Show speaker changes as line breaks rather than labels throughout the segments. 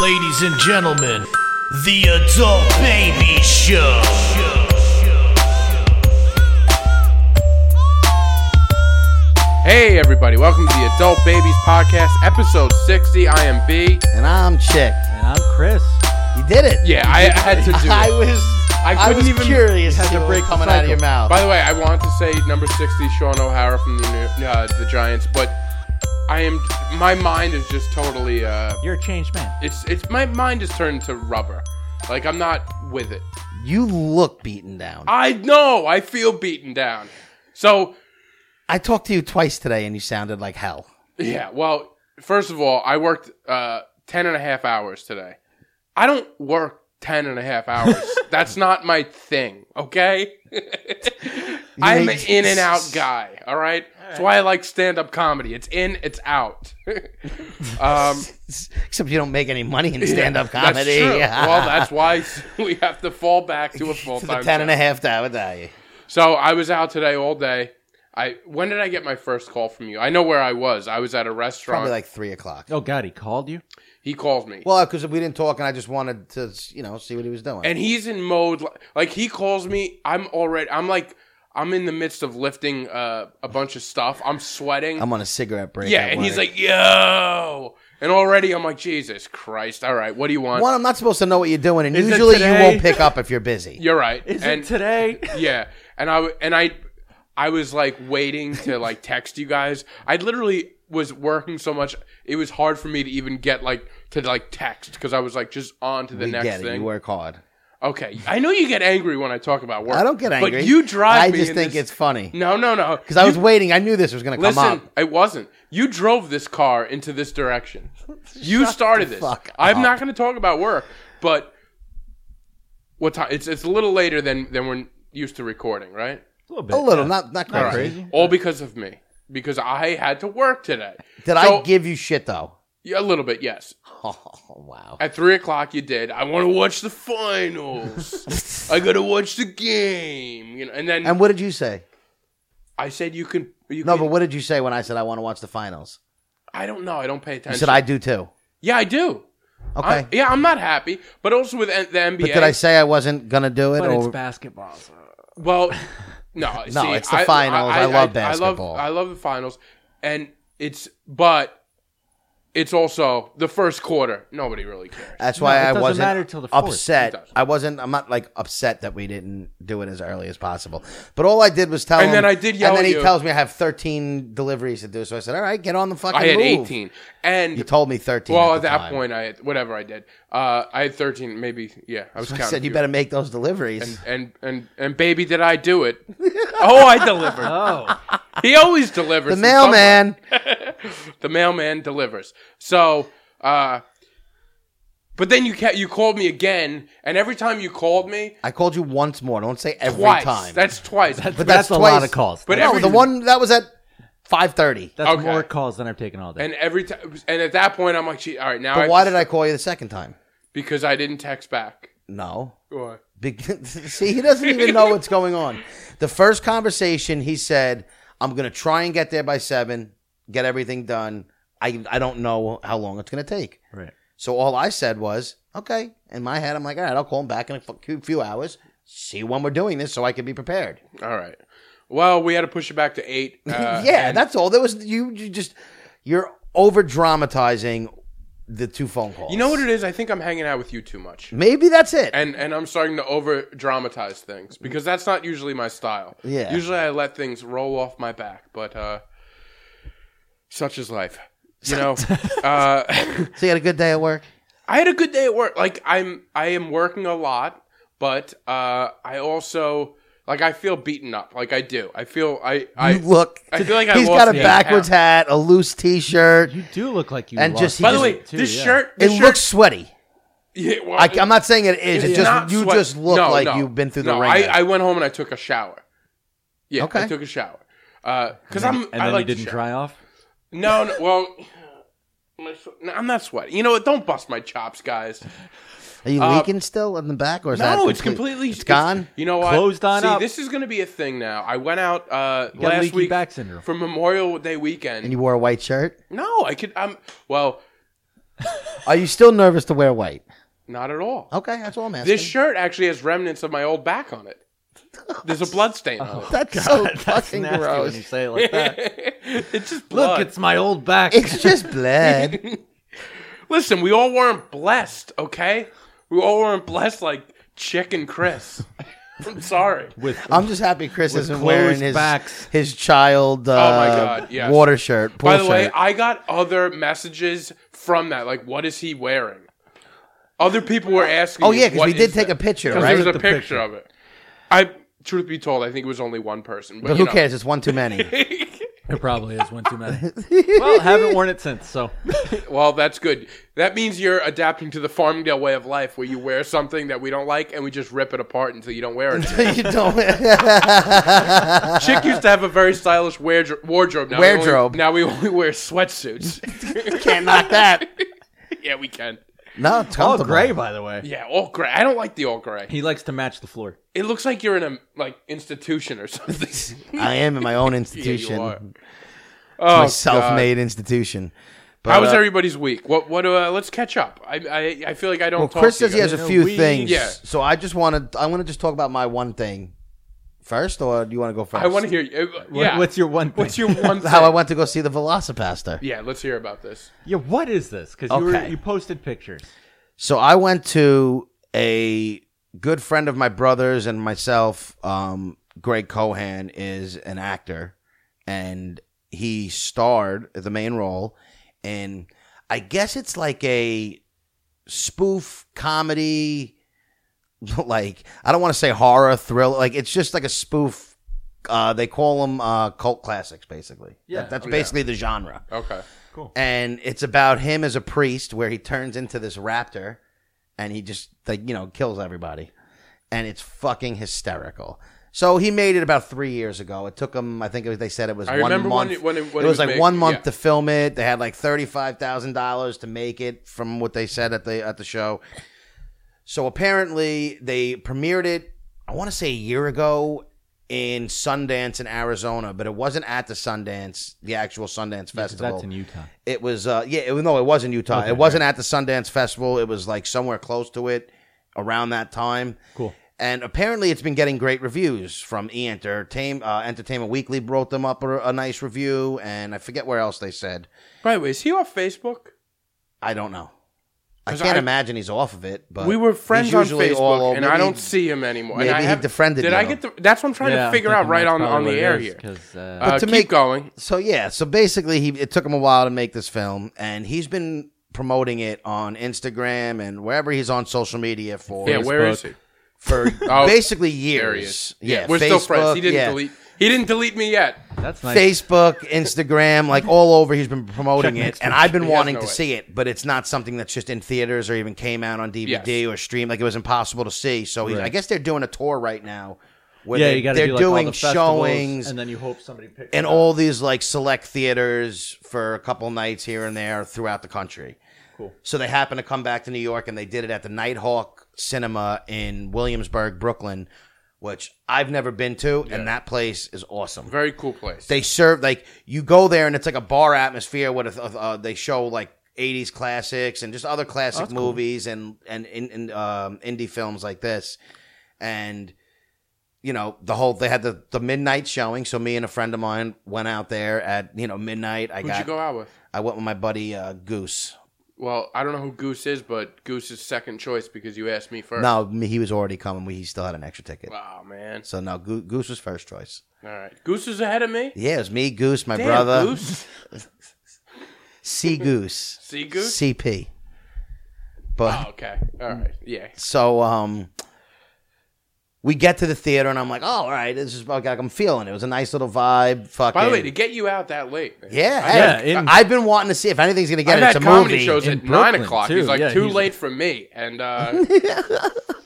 Ladies and gentlemen, the Adult Baby Show.
Hey, everybody, welcome to the Adult Babies Podcast, episode 60. I am B.
And I'm Chick.
And I'm Chris.
You did it.
Yeah, I, I had to do
I
it.
was.
I
I,
couldn't
was
even-
curious
had
to
to
break
break the
coming out of your
cycle.
mouth.
By the way, I wanted to say number 60, Sean O'Hara from the, New- uh, the Giants, but I am. My mind is just totally. Uh,
You're a changed man.
it's it's My mind is turned to rubber. Like, I'm not with it.
you look beaten down.
I know. I feel beaten down. So,
I talked to you twice today, and you sounded like hell.
yeah, well, first of all, I worked uh, 10 and a half hours today. I don't work 10 and a half hours. That's not my thing, okay? I'm an
make-
in and out guy, all right? That's why I like stand up comedy. It's in, it's out. um,
Except you don't make any money in stand up comedy.
That's true. well, that's why we have to fall back to a full
it's a
time
ten and a half hour day.
So I was out today all day. I when did I get my first call from you? I know where I was. I was at a restaurant.
Probably like three o'clock.
Oh God, he called you.
he calls me,
Well, because we didn't talk, and I just wanted to, you know, see what he was doing.
and he's in mode li- like he calls me. I'm already. I'm like I'm in the midst of lifting uh, a bunch of stuff. I'm sweating.
I'm on a cigarette break.
yeah,
at
and he's
work.
like, "Yo," and already I'm like, "Jesus Christ! All right, what do you want?"
"One, I'm not supposed to know what you're doing, and
Is it
usually you
today?
won't pick up if you're busy."
You're right.
Is
and
it today?
yeah, and I w- and I I was like waiting to like text you guys. I literally was working so much it was hard for me to even get like to like text because I was like just on to the
we
next
get it.
thing.
You work hard.
Okay, I know you get angry when I talk about work.
I don't get angry.
but you drive.
I
me
just
in
think
this-
it's funny.
no, no, no.
Because I was waiting. I knew this was going to come
Listen,
up.
it wasn't. You drove this car into this direction. You started this.
fuck
I'm
up.
not going to talk about work, but what time? It's it's a little later than than we're used to recording, right?
A little bit.
A little,
yeah.
not not crazy.
All right. Crazy.
All because of me, because I had to work today.
Did
So-
I give you shit though?
Yeah, a little bit, yes.
Oh wow!
At three o'clock, you did. I want to watch the finals. I got to watch the game, you know. And then
And what did you say?
I said, "You can." You
No,
can-
but what did you say when I said I want to watch the finals?
I don't know. I don't pay attention.
You said I do too.
yeah, I do.
Okay,
I- yeah, I'm not happy, but also with N- the NBA.
but did I say I wasn't gonna do it?
But it's
Or
basketball. So.
Well, no,
No,
see,
it's the
I-
finals. I love basketball.
I love, I love the finals, and it's but it's also the first quarter. Nobody really cares.
that's why
No, it
I
doesn't
wasn't
matter till the fourth.
It
upset.
doesn't.
I wasn't. I'm not like upset that we didn't do it as early as possible. But all I did was tell
And
him.
then I did yell
And then
at
he
you.
tells me I have 13 deliveries to do. So I said, "All right, get on the fucking."
I had
move."
18, and
You told me 13.
well,
at
at
the
that
time.
point, I had, whatever I did, uh, I had 13, maybe yeah. I was
I
counting.
said you
too.
better make those deliveries.
And and and baby, did I do it? oh, I delivered.
Oh,
He always delivers.
The
in some way.
mailman.
the mailman delivers. So, uh, but then you ca- you called me again, and every time you called me,
I called you once more. Don't say every
twice.
time.
That's twice.
But that's
a
twice.
lot of calls.
But
no,
every-
the one that was at five thirty.
that's
Okay.
more calls than I've taken all day.
and every time, and at that point, I'm like, "Gee, all right, now.
But
have
why
to
did I
s-
call you the second time?
Because I didn't text back.
No.
Why?
Be- See, he doesn't even know what's going on. The first conversation, he said, "I'm gonna try and get there by seven, get everything done. I I don't know how long it's gonna take."
right.
So all I said was, "Okay." In my head, I'm like, "All right, I'll call him back in a fu- few hours, see when we're doing this, so I can be prepared."
All right. Well, we had to push it back to eight. Uh,
yeah,
and-
that's all. There was you. You just you're over dramatizing the two phone calls.
You know what it is? I think I'm hanging out with you too much.
Maybe that's it.
and and I'm starting to over dramatize things because that's not usually my style.
Yeah.
Usually I let things roll off my back, but uh such is life. You know, uh
so you had a good day at work.
I had a good day at work. Like I'm I am working a lot, but uh I also like I feel beaten up. Like I do. I feel I I
you look.
I feel like I
he's
lost
got a
the
backwards
account.
hat, a loose T-shirt.
You do look like you.
And
lost
just-
it,
By the
Just-
way,
too,
this
yeah.
shirt
It
this shirt,
looks sweaty.
yeah, well,
I, I'm not saying it is. It
it's not
just you
sweat-
just look
No,
like
no.
you've been through the
No,
ring.
I, I went home and I took a shower. Yeah, I
Okay.
took a shower. Because I'm
and
I
then
like to
you didn't
shower.
dry off.
No, no well, my sw- no, I'm not sweating. You know what? Don't bust my chops, guys.
Are you
uh,
leaking still in the back, or is that
No, it's
complete-
completely
It's gone.
You know what?
Closed on
See,
up.
this is going to be a thing now. I went out uh,
got
last
leaky
week
back syndrome.
for Memorial Day
And
weekend.
you wore a white shirt.
no, I could. I'm well.
Are you still nervous to wear white?
Not at all.
Okay, that's all I'm asking.
This shirt actually has remnants of my old back on it. There's a blood stain on
Oh.
it.
that's so
That's
fucking
nasty when you
gross.
say it like that.
it's just
Look,
blood.
it's my old back.
It's just blood.
Listen, we all weren't blessed, okay? We all weren't blessed like Chick and Chris. I'm sorry.
with
I'm just happy Chris
With
isn't wearing
closed
his
backs.
his child. Uh,
Oh my God, yes.
Water shirt. Pool
By the way,
shirt.
I got other messages from that. Like, what is he wearing? Other people were asking.
oh
me,
yeah, because
what
we did
is
take
that?
a picture,
'Cause
right?
There was a
The
picture,
picture.
of it. I, truth be told, I think it was only one person. But,
But
you
who
know.
cares? It's one too many.
it probably is one too many. well, haven't worn it since, so
Well, that's good. That means you're adapting to the Farmingdale way of life, where you wear something that we don't like and we just rip it apart until you don't wear it. anymore.
you don't.
Chick used to have a very stylish wardro- wardrobe. Now
Wardrobe.
We only, now we only wear sweatsuits.
Can't knock that.
yeah, we can.
No,
Oh,
it's
all
comfortable.
gray. By the way,
Yeah, all gray. I don't like the all gray.
he likes to match the floor.
It looks like you're in a like institution or something.
I am in my own
Yeah, you
institution,
are. Oh,
my
God.
self-made institution. But,
How was
uh,
everybody's week? What? What? Uh, let's catch up. I, I I feel like I don't.
Well,
talk
Chris
to you
says he
guys.
has
In
a
a
few
week.
things.
Yeah.
So I just wanted. I want to just talk about my one thing first, or do you want to go first?
I want to hear you. uh,
What-
Yeah.
What's your one? Thing?
What's your one?
how I
thing?
went to go see the Velocipaster.
Yeah, let's hear about this.
yeah? What is this? Because you were
Okay.
you posted pictures.
So I went to a good friend of my brother's and myself. Um, Greg Cohan is an actor, and he starred the main role in. I guess it's like a spoof comedy, like I don't want to say horror thriller. Like it's just like a spoof. Uh, they call them uh, cult classics, basically.
Yeah.
That- that's
Oh, yeah.
basically the genre
Okay.
and it's about him as a priest where he turns into this raptor and he just like you know kills everybody and it's fucking hysterical so he made it about three years ago it took him i think it was, they said it was
I
one
remember when
month
it- when it- when
it
it was
was like
made,
one month
yeah.
to film it they had like $35000 to make it from what they said at the at the show so apparently they premiered it i want to say a year ago in Sundance in Arizona, but it wasn't at the Sundance, the actual Sundance
'Cause
festival.
That's in Utah.
It was uh yeah, it, was- no, it was in Utah.
Okay,
it wasn't at the Sundance Festival. It was like somewhere close to it around that time.
Cool.
And apparently it's been getting great reviews from E Entertainment uh, Entertainment Weekly wrote them up a, a nice review and I forget where else they said.
By the way, is he off Facebook?
I don't know. I
'Cause
can't
I-
imagine he's off of it, but
we were
Uh, he's
friends on
usually
Facebook,
all over-
and I
maybe-
don't see him anymore. and
maybe
I
he
have-
defriended
Did
you.
I get the? That's what I'm trying to figure out right on on the air here.
Because
Uh,
But to
keep
make-
going.
So yeah, so basically he it took him a while to make this film and he's been promoting it on Instagram and wherever he's on social media for
Yeah, where is he?
for
Oh,
basically
There he
years.
is. Yeah, we're still friends. He didn't
yeah.
delete. He didn't delete me yet.
that's nice.
Facebook, Instagram, like all over. He's been promoting
Check
it,
next
and
week.
I've been
He has
wanting
no
to
way.
see it, but it's not something that's just in theaters or even came out on DVD
Yes.
or stream. Like it was impossible to see. So he's, I
Right.
guess they're doing a tour right now. Where
yeah,
they,
you got to
they're
do like all
doing
the festivals,
showings
and then you hope somebody picks
in
it up.
all these like select theaters for a couple nights here and there throughout the country. Cool. So they happened to come back to New York and they did it at the Nighthawk Cinema in Williamsburg, Brooklyn, which I've never been to, and that place is awesome.
Very cool place.
They serve like you go there and it's like a bar atmosphere. With a, uh, they show like '80s classics and just other
Oh,
classic movies and and in, in, um, indie films like this, and you know the whole they had the the midnight showing. So me and a friend of mine went out there at you know midnight. I
Who'd
got
you go out with?
I went with my buddy uh, Goose.
Well, I don't know who Goose is, but Goose is second choice because you asked me first.
No, me- he was already coming. We, he still had an extra ticket.
Wow, man.
So no, Goo- Goose was first choice.
All right. Goose is ahead of me.
Yeah, it was me, Goose, my
Damn,
brother,
Goose.
C Goose,
See Goose.
CP. But
Oh, okay. All right. Yeah.
So um we get to the theater and I'm like, oh, all right, this is like I'm feeling. It It was a nice little vibe. Fucking
By the way, to get you out that late. man.
yeah,
I-
Yeah,
hey,
in-
I've been wanting to see if anything's gonna get
I've
it. It's
had
a
comedy
movie.
shows
in
at nine
Brooklyn,
o'clock.
too.
He's like
Yeah,
too
he's-
late for me, and uh,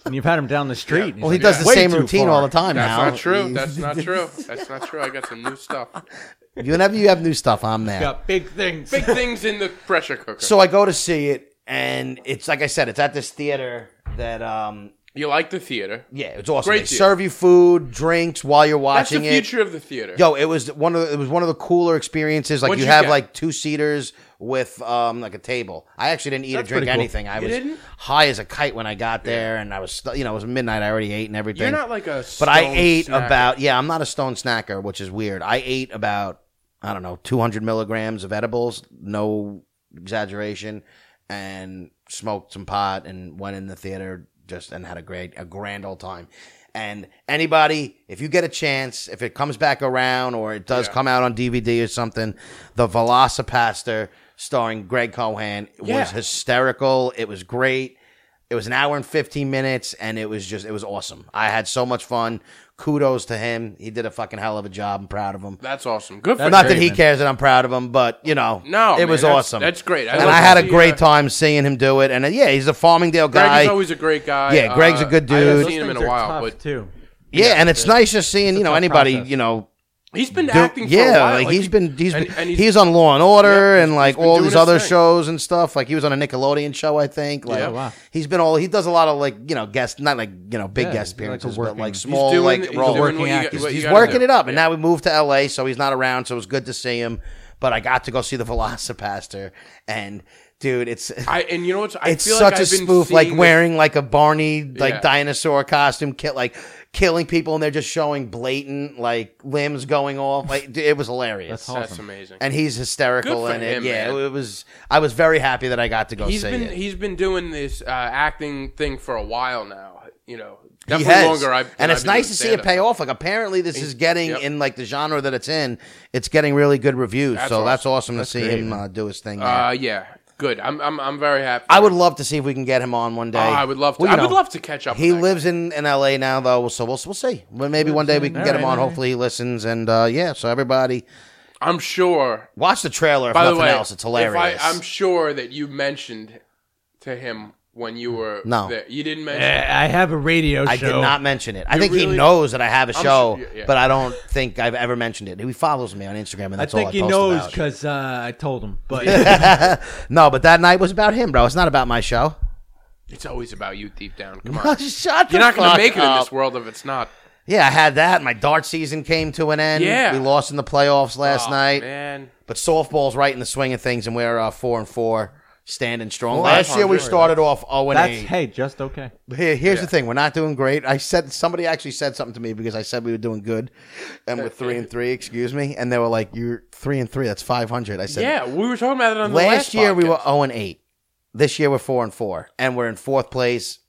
and you've had him down the street. and he's
well, he
like,
does the
"Way
same
too
routine
far."
all the time
that's
now.
not true. That's not true. That's not true. I got some new stuff.
Whenever you have new stuff, I'm there.
Got big things.
Big things in the pressure cooker.
So I go to see it, and it's like I said, it's at this theater that um
You like the theater?
Yeah, it's awesome.
Great
they
theater.
serve you food, drinks while you're
That's the
watching it.
future of the theater.
Yo, it was one of the, it was one of the cooler experiences. Like
What'd
you
you
have
get?
like two seaters with um like a table. I actually didn't eat or drink
pretty cool.
anything. I was
didn't?
high as a kite when I got there, and I was stu- you know it was midnight. I already ate and everything.
You're not like a.
but I
stone
ate
snacker.
about yeah. I'm not a stone snacker, which is weird. I ate about I don't know 200 milligrams of edibles, no exaggeration, and smoked some pot and went in the theater just and had a great a grand old time. And anybody, if you get a chance, if it comes back around or it does come out on DVD or something, the Velocipaster starring Greg Cohan
Yeah.
was hysterical. It was great. It was an hour and 15 minutes, and it was just, it was awesome. I had so much fun. Kudos to him. He did a fucking hell of a job. I'm proud of him.
That's awesome. Good for
That's
Not
you.
that
great,
he
man.
cares that I'm proud of him, but, you know,
No,
it
man,
was
that's-
awesome.
that's great. I
and
love
I
to
had a
see,
great
uh,
time seeing him do it. And uh, yeah, he's a Farmingdale
Greg
guy.
is always a great guy.
Yeah, Greg's a good
I
dude.
haven't
Those
seen him in a
things are
while,
tough,
but
too.
yeah, and it's nice just seeing, you know,
tough
anybody,
process.
you know,
he's been
do-
acting.
yeah,
for a while.
like, he's been he's
and-
been
and
he's, on Law and Order
Yeah,
and
he's-
like
he's been
all
doing
these
his
other
thing.
shows and stuff. Like he was on a Nickelodeon show, I think. Like
Yeah.
wow.
he's been all he does a lot of like you know guest not like you know big
Yeah,
guest
he's like a
appearances, but
working-
like
he's
small
doing,
like
he's
roles.
doing
Working
what you
act.
got-
He's-
what you
He's
gotta
working
do.
it up, and now we moved to LA, so he's not around. So it was good to see him, but I got to go see the Velocipaster, and dude, it's
I and you know what's I
it's
feel
such
like
a
I've been
spoof, like
seeing this-
wearing like a Barney like
Yeah.
dinosaur costume, ki- like killing people, and they're just showing blatant like limbs going off. Like dude, it was hilarious,
That's
That's
Awesome.
amazing.
and he's hysterical
Good for
in it.
him,
yeah,
man.
it was. I was very happy that I got to go
He's
see
been
it.
he's been doing this uh, acting thing for a while now. You know,
He
definitely
has.
longer. I've, than
and it's
I've been
nice
doing
to see it
stand-up.
pay off. Like apparently, this is getting
yep.
in like the genre that it's in. It's getting really good reviews. so that's awesome to see him uh, do his thing. there.
Uh, yeah, good. I'm I'm I'm very happy.
I would love to see if we can get him on one day.
Oh, I would love to.
Well, you
I would
know,
love to catch up.
He
with that
lives in, in L.A. now, though, so we'll we'll see. Well, maybe one day we can get him
Alright,
on.
alright.
Hopefully, he listens. And uh, yeah, so everybody,
guy. I'm sure.
watch the trailer. If
By the
nothing
way,
else, it's hilarious.
If I, I'm sure that you mentioned to him when you were
No.
there. You didn't mention.
I have a radio show.
I did not mention it. I think he
really-
knows that I have a
I'm
show,
sure- yeah, yeah.
but I don't think I've ever mentioned it. He follows me on Instagram, and
I
that's
think
all I
he
post
knows
about.
because uh, I told him. But
No, but that night was about him, bro. It's not about my show.
It's always about you deep down. Come on.
Shut
You're
the
not going
fuck
to make it in
up.
this world if it's not.
Yeah, I had that. My dart season came to an end.
Yeah.
we lost in the playoffs last
Aw,
night.
Oh, Man.
But softball's right in the swing of things, and we're uh, four and four, standing strong.
that's
last year we
fine.
started off zero and
that's
eight.
hey, just okay.
Here, here's the thing: we're not doing great. I said somebody actually said something to me because I said we were doing good, and we're three and three. Excuse me, and they were like, "You're three and three. That's five hundred. I said,
Yeah, we were talking about it on the
last,
last
year we
podcast.
were 0 and 8 this year we're 4 and 4 and we're in fourth place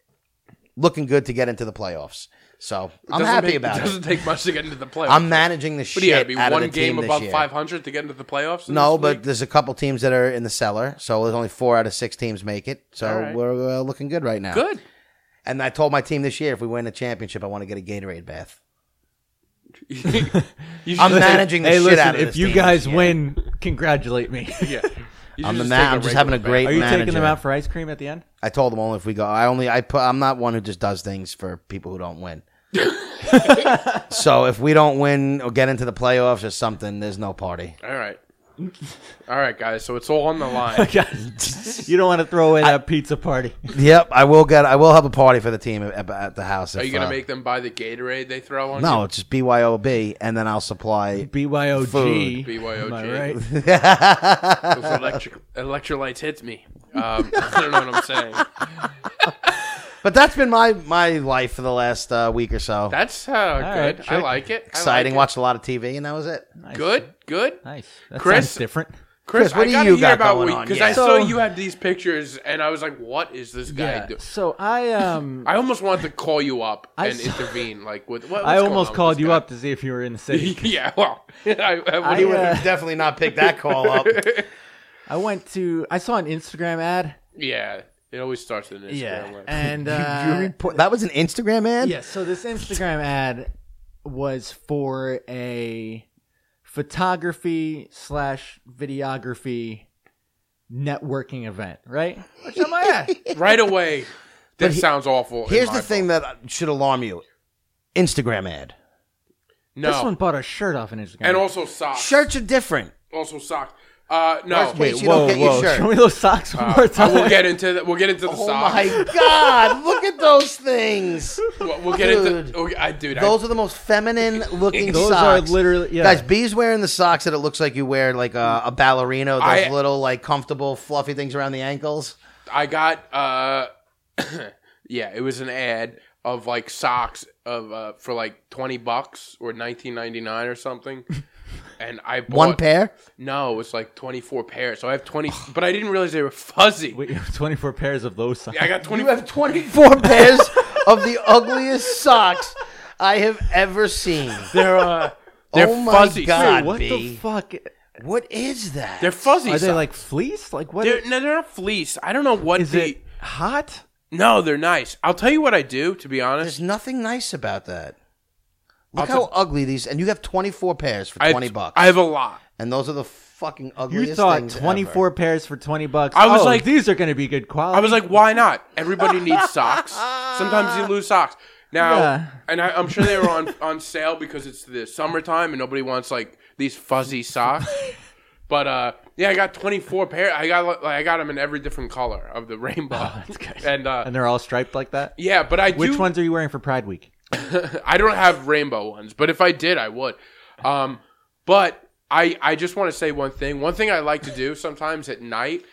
looking good to get into the playoffs so i'm
Doesn't
happy
make-
about
it
it
doesn't take much to get into the playoffs.
i'm managing the
What
shit
do you have to be
out of
one
the
game
team
above
this year.
500 to get into the playoffs? in
no
this
but
league?
there's a couple teams that are in the cellar so there's only four out of six teams make it so
All right.
we're uh, looking good right now
good.
and i told my team this year if we win the championship i want to get a gatorade bath
You
i'm
should-
managing the
hey,
shit
listen,
out of
if
this
you
team
guys
this year.
win, congratulate me.
Yeah. You
I'm
should
the
just
man.
take
I'm just having a
regular
great-
Are you
Manager.
taking them out for ice cream at the end?
i told them only if we go i only i put i'm not one who just does things for people who don't win so if we don't win or get into the playoffs or something there's no party
bath. All right. All right, guys. So it's all on the line.
Guys, you don't want to throw away that pizza party.
Yep, I will get. I will have a party for the team at, at the house.
Are
if,
you going
uh,
to make them buy the Gatorade they throw on
No, it's just BYOB, and then I'll supply.
BYOG.
Food.
BYOG.
Am I
you? Those
right?
electric, electrolytes hits me. Um, I don't know what I'm saying.
But that's been my my life for the last uh, week or so.
That's uh,
right,
good. I
check.
like it. I
Exciting.
Like
Watched a lot of TV, and that was it.
it. Good. Good.
Nice. That
Chris?
sounds different.
Chris,
what
I
do
gotta
you
hear
got
about
going
what-
on?
Because
Yeah.
I
So-
saw you had these pictures, and I was like, "What is this guy doing?"
So I um
I almost wanted to call you up
I
and
saw-
intervene. Like, with what, what's
I
going
almost
on with
called
this
you
guy?
up to see if you were in the city.
yeah, well, I, I,
I,
would
uh,
Definitely not pick that call up.
I went to I saw an Instagram ad.
yeah, it always starts with an Instagram. link.
And uh,
that was an Instagram ad.
yeah, so this Instagram ad was for a photography slash videography networking event, right? Which I'm like, yeah,
right away, this
he-
sounds awful. in
Here's
my
the thing that should alarm you: Instagram ad.
book. no,
This one bought a shirt off an Instagram.
and also socks.
Shirts are different.
also socks. Uh, no.
Worst case,
Oh, Wait,
you don't
whoa,
get
whoa.
your shirt.
Show me those socks one
Uh,
more time.
we'll get into the, we'll get into the
Oh
socks.
my god! Look at those things.
We'll, we'll get
Dude.
into. Oh, I, dude, I-
Those are the most feminine looking
Those
socks.
are literally yeah.
Guys, B's wearing the socks that it looks like you wear like a, a ballerina. Those
I-
little like comfortable fluffy things around the ankles.
I got uh yeah, it was an ad of like socks of uh for like 20 bucks or 19.99 or something. And I bought
One pair.
No, it was like 24 pairs. So I have 20 but I didn't realize they were fuzzy.
Wait, you have 24 pairs of those socks.
I got 20
Four pairs of the ugliest socks I have ever seen.
They're uh they're
oh my
fuzzy.
God,
what the
B.
fuck?
what is that?
They're fuzzy.
Are they
socks.
like fleece? Like what?
They're, no, they're not fleece. I don't know what
Is
the
it hot?
No, they're nice. I'll tell you what I do to be honest.
There's nothing nice about that. Look
I'll
how ugly these, and you have 24 pairs for
I-
20 bucks.
I have a lot.
and those are the fucking
You
ugliest
thought
things
24
ever.
pairs for 20 bucks.
I was
Oh,
like-
these are going to be good quality.
I was like, why not? Everybody needs socks. Sometimes you lose socks. Now,
Yeah.
and I, I'm sure they were on, on sale because it's the summertime and nobody wants like these fuzzy socks. But uh, yeah, I got 24 pair. I got like, I got them in every different color of the rainbow.
Oh, that's good.
And uh,
and they're all striped like that.
yeah, but I
Which
do.
ones are you wearing for Pride Week?
I don't have rainbow ones, but if I did, I would. Um, but I I just want to say one thing. One thing I like to do sometimes at night,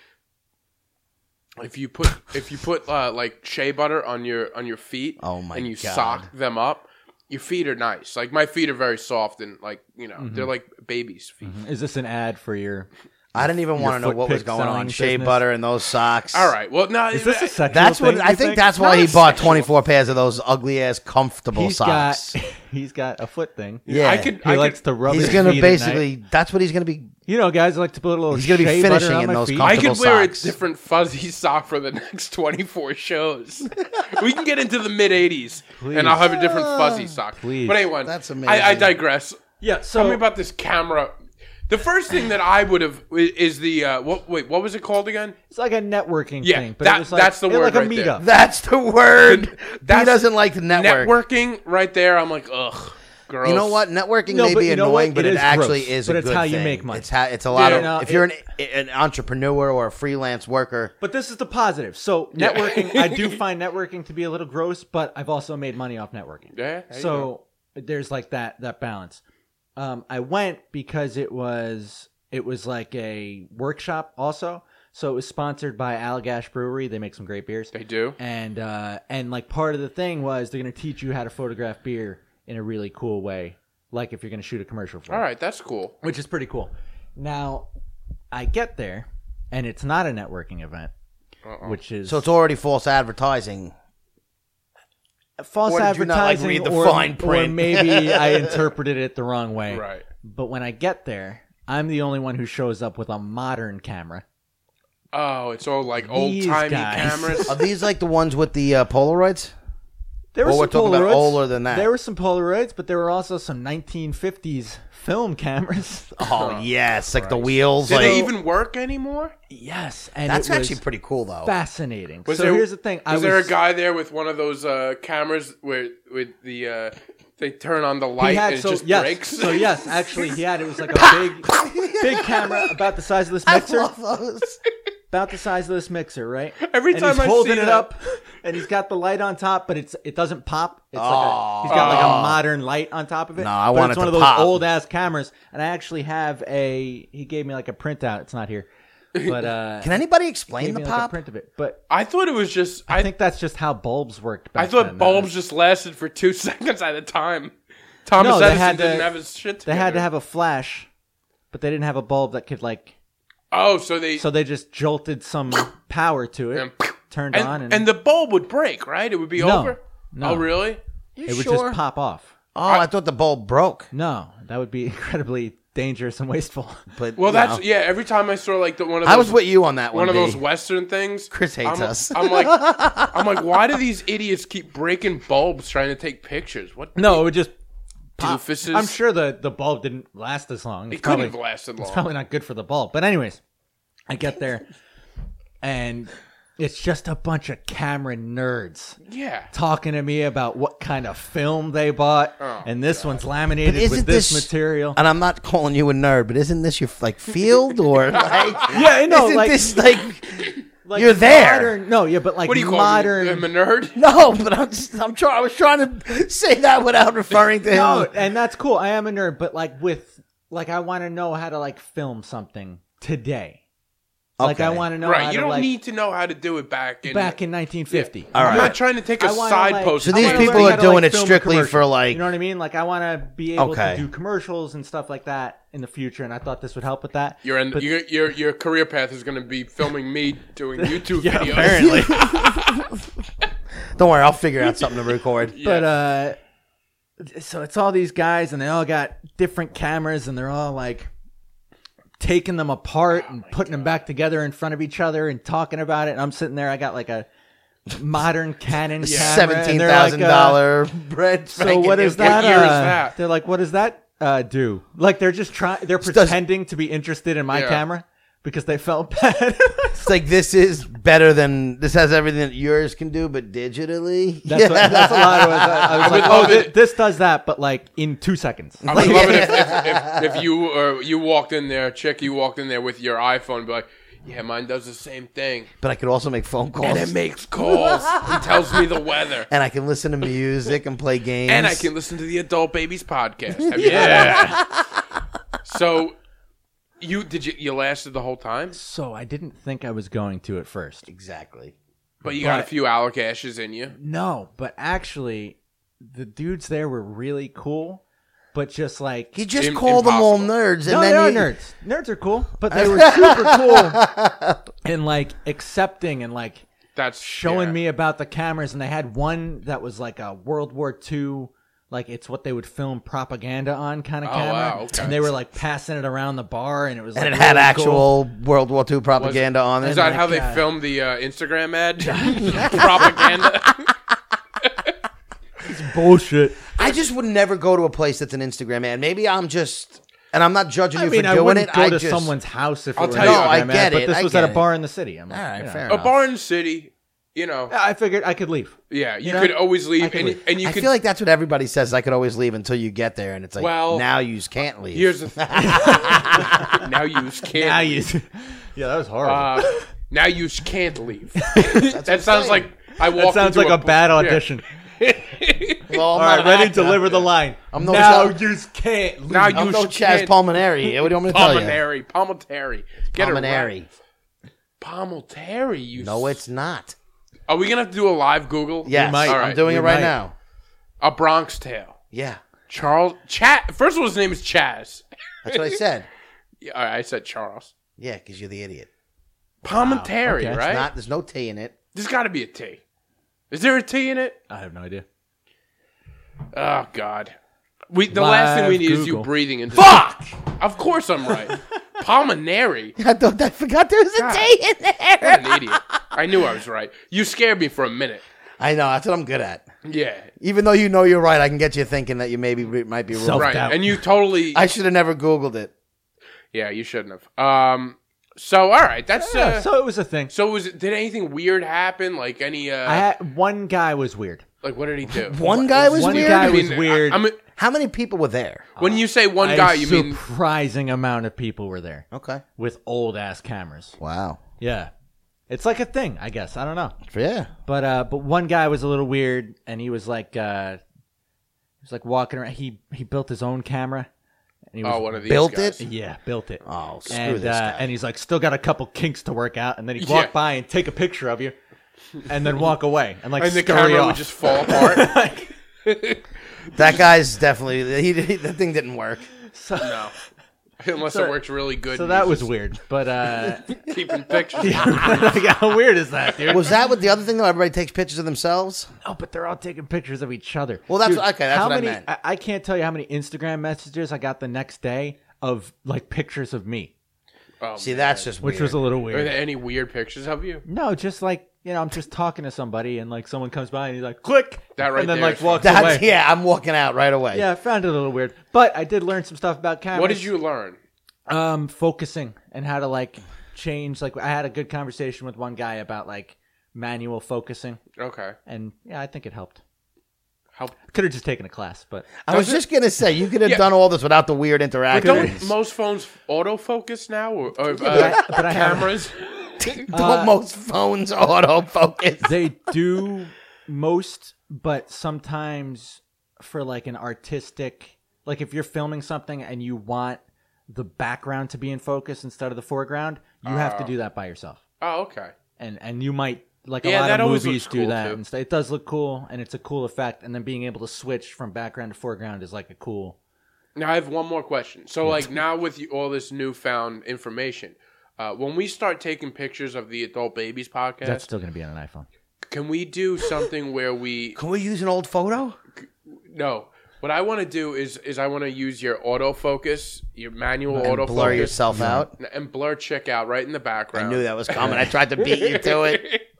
if you put if you put uh, like shea butter on your on your feet,
Oh my
and you
God.
sock them up, your feet are nice. Like my feet are very soft and like you know
Mm-hmm.
they're like babies' feet.
Is this an ad for your?
I didn't even want to know
foot
what was
pick
going on.
selling
Shea
business?
butter and those socks.
All right. Well, now
Is this a sexual
That's what
thing,
I
you
think. That's why he bought 24 pairs of those ugly ass comfortable
He's
socks.
got he's got a foot thing.
yeah,
I could.
He
I
likes
could,
to rub.
he's
his
gonna
feet at night.
basically. That's what he's gonna be.
you know, guys I like to put a little.
He's gonna be
shea butter
finishing
on
in
my
those
feet.
I
comfort-
could
comfortable
wear a
socks.
different fuzzy sock for the next 24 shows. we can get into the mid 80s and I'll have a different fuzzy sock.
Please.
But anyway,
That's
I, I
amazing.
digress.
yeah. So
Tell me about this camera. The first thing that I would have is the uh, what? Wait, what was it called again?
it's like a networking
Yeah,
thing. But
that-
it was like,
that's the
it was
word
like a
right there.
meetup.
That's the word.
That's-
he doesn't like the network.
Networking, right there. I'm like, ugh, girls.
You know what? Networking
No,
may
but
be
you know
annoying,
what?
but
It
it,
is
actually
gross,
is.
but
a
it's
good
how you
thing.
make money.
It's how it's a lot
Yeah,
of.
no,
if you're an an entrepreneur or a freelance worker,
But this is the positive. So networking, I do find networking to be a little gross, but I've also made money off networking.
Yeah. there you go.
so there's like that that balance. Um, I went because it was it was like a workshop also. So it was sponsored by Allagash Brewery. They make some great beers.
they do.
And uh, and like part of the thing was they're gonna teach you how to photograph beer in a really cool way, like if you're gonna shoot a commercial for. it
All right, that's cool.
which is pretty cool. Now, I get there, and it's not a networking event,
Uh-oh.
which is
so it's already false advertising.
false
Or did you not, like,
advertising.
read the
or,
fine
or
print?
maybe I interpreted it the wrong way.
Right.
But when I get there, I'm the only one who shows up with a modern camera.
Oh, it's all like old
These
timey
guys.
cameras.
Are these like the ones with the uh, Polaroids?
There were
Well, we're
some
talking about
Polaroids.
older than that.
There were some Polaroids, but there were also some 1950s film cameras.
Oh yes, like the wheels.
Do
Like
they even work anymore?
yes, and
that's
it was
actually pretty cool though.
fascinating.
Was
so
there-
here's the thing: I
Is
was
there a guy there with one of those uh, cameras where with the uh, they turn on the light
he had
and it
so
just
yes,
breaks?
so yes, actually he had it was like a big, big camera about the size of this mixer,
those.
about the size of this mixer, right?
Every
and
time
he's
I
holding
see
it
that-
up, and he's got the light on top, but it's it doesn't pop. It's like a, he's got like a modern light on top of it.
No, I
but
want
it's
it
one
to
of those
pop.
old ass cameras, and I actually have a. He gave me like a printout. It's not here, but uh,
Can anybody
he
explain
gave
the
me like a
pop?
print of it. But
I thought it was just I
I think that's just how bulbs worked. Back
I thought
then.
bulbs just lasted for two seconds at a time. Thomas
No, they
Edison
had to-
didn't have his shit
They
together.
had to have a flash, but they didn't have a bulb that could like
oh, so they
So they just jolted some power to it,
and,
turned
and,
on, and,
and the bulb would break, right? It would be
No,
over.
no.
Oh, really?
it would
sure?
just pop off.
Oh, I thought the bulb broke.
No, that would be incredibly dangerous and wasteful.
But
Well,
you
that's
know.
yeah. Every time I saw like the, one of those,
I was with you on that one.
one of
B.
those Western things.
Chris hates
I'm,
us.
I'm like, I'm like, why do these idiots keep breaking bulbs trying to take pictures? What
No, it would just. Pop.
Doofuses.
I'm sure the, the bulb didn't last as long. It's
it couldn't
probably-
have lasted long.
It's probably not good for the bulb. But anyways, I get there, and It's just a bunch of camera nerds
Yeah.
talking to me about what kind of film they bought,
Oh,
and this one's
But
laminated
isn't
with this, material.
And I'm not calling you a nerd, but isn't this your like field or like?
yeah, I know.
isn't
Like,
this like?
like
you're there.
Modern, no, yeah, but like
What do you call
modern.
me? I'm a nerd.
No, but I'm just, I'm trying. I was trying to say that without referring to him.
no, and that's cool. I am a nerd, but like with like I want to know how to like film something today. Like I
Okay.
want to know how
Right. You
to,
don't
like,
need to know how to do it back in
back in 1950.
All
I'm
right.
not trying to take a
I wanna,
side
like-
post.
So
I
these
wanna
people
learn
are
how to,
doing
like,
it
film a
strictly
commercial.
for like.
You know what I mean? Like I want to be able
Okay.
to do commercials and stuff like that in the future, and I thought this would help with that.
Your end, your, your your career path is going to be filming me doing YouTube
Yeah,
videos.
apparently. Don't worry, I'll figure out something to record.
But uh, so it's all these guys, and they all got different cameras, and they're all like taking them apart and putting them back together in front of each other and talking about it. And I'm sitting there, I got like a modern Canon camera,
Seventeen
and they're like,
thousand
uh,
dollar bread.
So what is
What
that?
year is
uh,
that?
They're like, what does that uh, do? Like they're just trying. They're
does-
pretending to be interested in my
Yeah.
camera because they felt bad.
It's like this is better than this has everything that yours can do, but digitally.
that's, what, that's a lot of. I, I was like,
would
oh,
love
thi-
it.
this does that, but like in two seconds.
I would love it if, if, if, if you or you walked in there, chick, you walked in there with your iPhone, and be like, "Yeah, mine does the same thing,
But I could also make phone calls
and it
and,
makes calls, and tells me the weather,
I can listen to music and play games.
and I can listen to the Adult Babies podcast." Have you yeah. So, you did you you lasted the whole time,
So I didn't think I was going to at first.
exactly.
but you got a
But-
few alocashes in you.
No, but actually, the dudes there were really cool, but just like
You just
Im-
call them all
impossible.
nerds, and
no,
then
they are
you,
nerds. Nerds are cool, but they were super cool and like accepting and like
That's
showing
yeah.
me about the cameras and they had one that was like a World War II like it's what they would film propaganda on kind of
Oh,
camera.
wow, okay.
And they were like passing it around the bar and it was
and
like,
it had
really cool.
actual World War II propaganda on it.
Is that how they
God.
filmed the uh, Instagram ad? Propaganda.
bullshit.
I just would never go to a place that's an Instagram ad. Maybe I'm just, and I'm not judging
I
you
mean,
for
I
doing
wouldn't
it.
go
I
to
just,
someone's house if
I'll
it were
tell you-
an
No,
I
Instagram
get
ad, but
it,
this
I
was
get
at a
it.
bar in the city. I'm like,
All right,
yeah.
fair
a
enough.
bar in the city. You know,
I figured I could leave.
yeah, you,
know,
could always
I
leave,
could
and,
leave.
and you
I
could
feel like that's what everybody says. I could always leave until you get there, and it's like,
Well,
now you can't leave.
Here's the thing. now you can't.
Now Ah, you, yeah, that was horrible.
uh, now you can't leave. that sounds like I walked.
that sounds
into
like a, bad
yeah.
audition.
well, I'm
All right,
not
ready?
an actor.
Deliver the line.
I'm no
now
Chaz-
you can't. Leave.
Now you
I'm no Chaz
can't-
Palmineri. What do you want me to tell you?
Pulmonary, Palmentary. Get it
Palmineri.
right. Palmentary. You.
No,
s-
it's not.
Are we gonna have to do a live Google?
Yes,
might.
All
I'm
right.
doing
We
it right
might.
now.
a Bronx Tale.
Yeah,
Charles. Chat. First of all, his name is Chaz.
that's what I said.
Yeah, all right, I said Charles.
Yeah, because you're the idiot.
Palmentary,
okay. It's
right?
Not, there's no T in it.
There's got to be a T. Is there a T in it?
I have no idea.
Oh God. We the last thing we
Live
need is you
Google.
breathing into. Fuck. Of course I'm right. Pulmonary.
I thought I forgot there was a T
God.
in there.
What an idiot. I knew I was right. You scared me for a minute.
I know. That's what I'm good at.
Yeah.
Even though you know you're right, I can get you thinking that you maybe re- might be wrong.
Self-
Right.
doubt.
And you totally
I should have never Googled it.
Yeah, you shouldn't have. Um so all right, that's
Yeah,
uh, so,
so it was a thing.
was it, did anything weird happen? Like any uh
I had, one guy was weird.
like what did he do?
One guy was
One
weird.
guy was weird.
I, I mean,
How many people were there?
when you say one
A
guy, you mean
surprising amount of people were there
Okay.
with old ass cameras.
Wow.
Yeah, it's like a thing, I guess. I don't know.
Yeah.
But uh, but one guy was a little weird, and he was like, uh, he was like walking around. He he built his own camera. And he was,
oh, one of these
built
guys.
it?
Yeah, built it.
Oh, screw
and
this
uh,
guy.
and he's like, still got a couple kinks to work out, and then he'd
Yeah.
walk by and take a picture of you, and then walk away, and like
And the
scurry
camera
off.
would just fall apart.
that guy's definitely he, he- The thing didn't work.
no. Unless it works really good.
so
and
that
he's
was weird, but uh,
just keeping pictures.
like, how weird is that, dude?
Was that what the other thing though? Everybody takes pictures of themselves.
Oh, but they're all taking pictures of each other.
Well, that's-
Dude,
okay, that's
how
what I
many,
meant.
I, I can't tell you how many Instagram messages I got the next day of like pictures of me,
Oh,
See, that's just
which
weird.
was a little
Are
weird.
there any weird pictures of you?
No, just like you know, I'm just talking to somebody, and like someone comes by and he's like, "Click,"
That right
and then
there
like
is-
walks
That's
away.
yeah. I'm walking out right away.
Yeah, I found it a little weird, but I did learn some stuff about cameras.
What did you learn?
um focusing and how to like change? Like I had a good conversation with one guy about like manual focusing,
Okay.
and yeah, I think it helped.
Help.
Could have just taken a class, but
I was
Doesn't-
just gonna say you could have
Yeah.
done all this without the weird
But
interactions.
don't most phones autofocus now or, or
but
uh,
I- but I have-
cameras?
Don't
Uh,
most phones autofocus?
they do most, but sometimes for like an artistic, like if you're filming something and you want the background to be in focus instead of the foreground, you have to do that by yourself.
oh, okay.
and and you might like
Yeah,
a lot
that
of
always
movies
looks
do
cool,
that
too.
and stuff. It does look cool, and it's a cool effect. And then being able to switch from background to foreground is like a cool.
Now I have one more question. So, like now with you- all this newfound information, uh, when we start taking pictures of the adult babies podcast,
That's still gonna be on an iPhone.
can we do something where we
Can we use an old photo?
no? What I want to do is is I want to use your autofocus, your manual
And
autofocus,
blur yourself out.
and blur chick out right in the background.
I knew that was coming. I tried to beat you to it.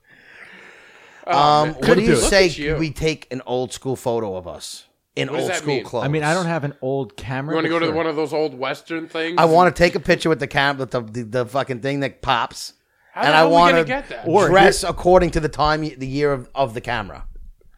Oh,
Um,
man.
what do you
Look
say
at you.
we take an old school photo of us in
What does
old
that
school
mean?
clothes?
I mean, I don't have an old camera.
You want to
but
go to
sure.
one of those old Western things?
I want to take a picture with the cam, with the, the, the fucking thing that pops,
How the
and
hell
I
are we
want
gonna
to
get that?
dress according to the time, y- the year of, of the camera.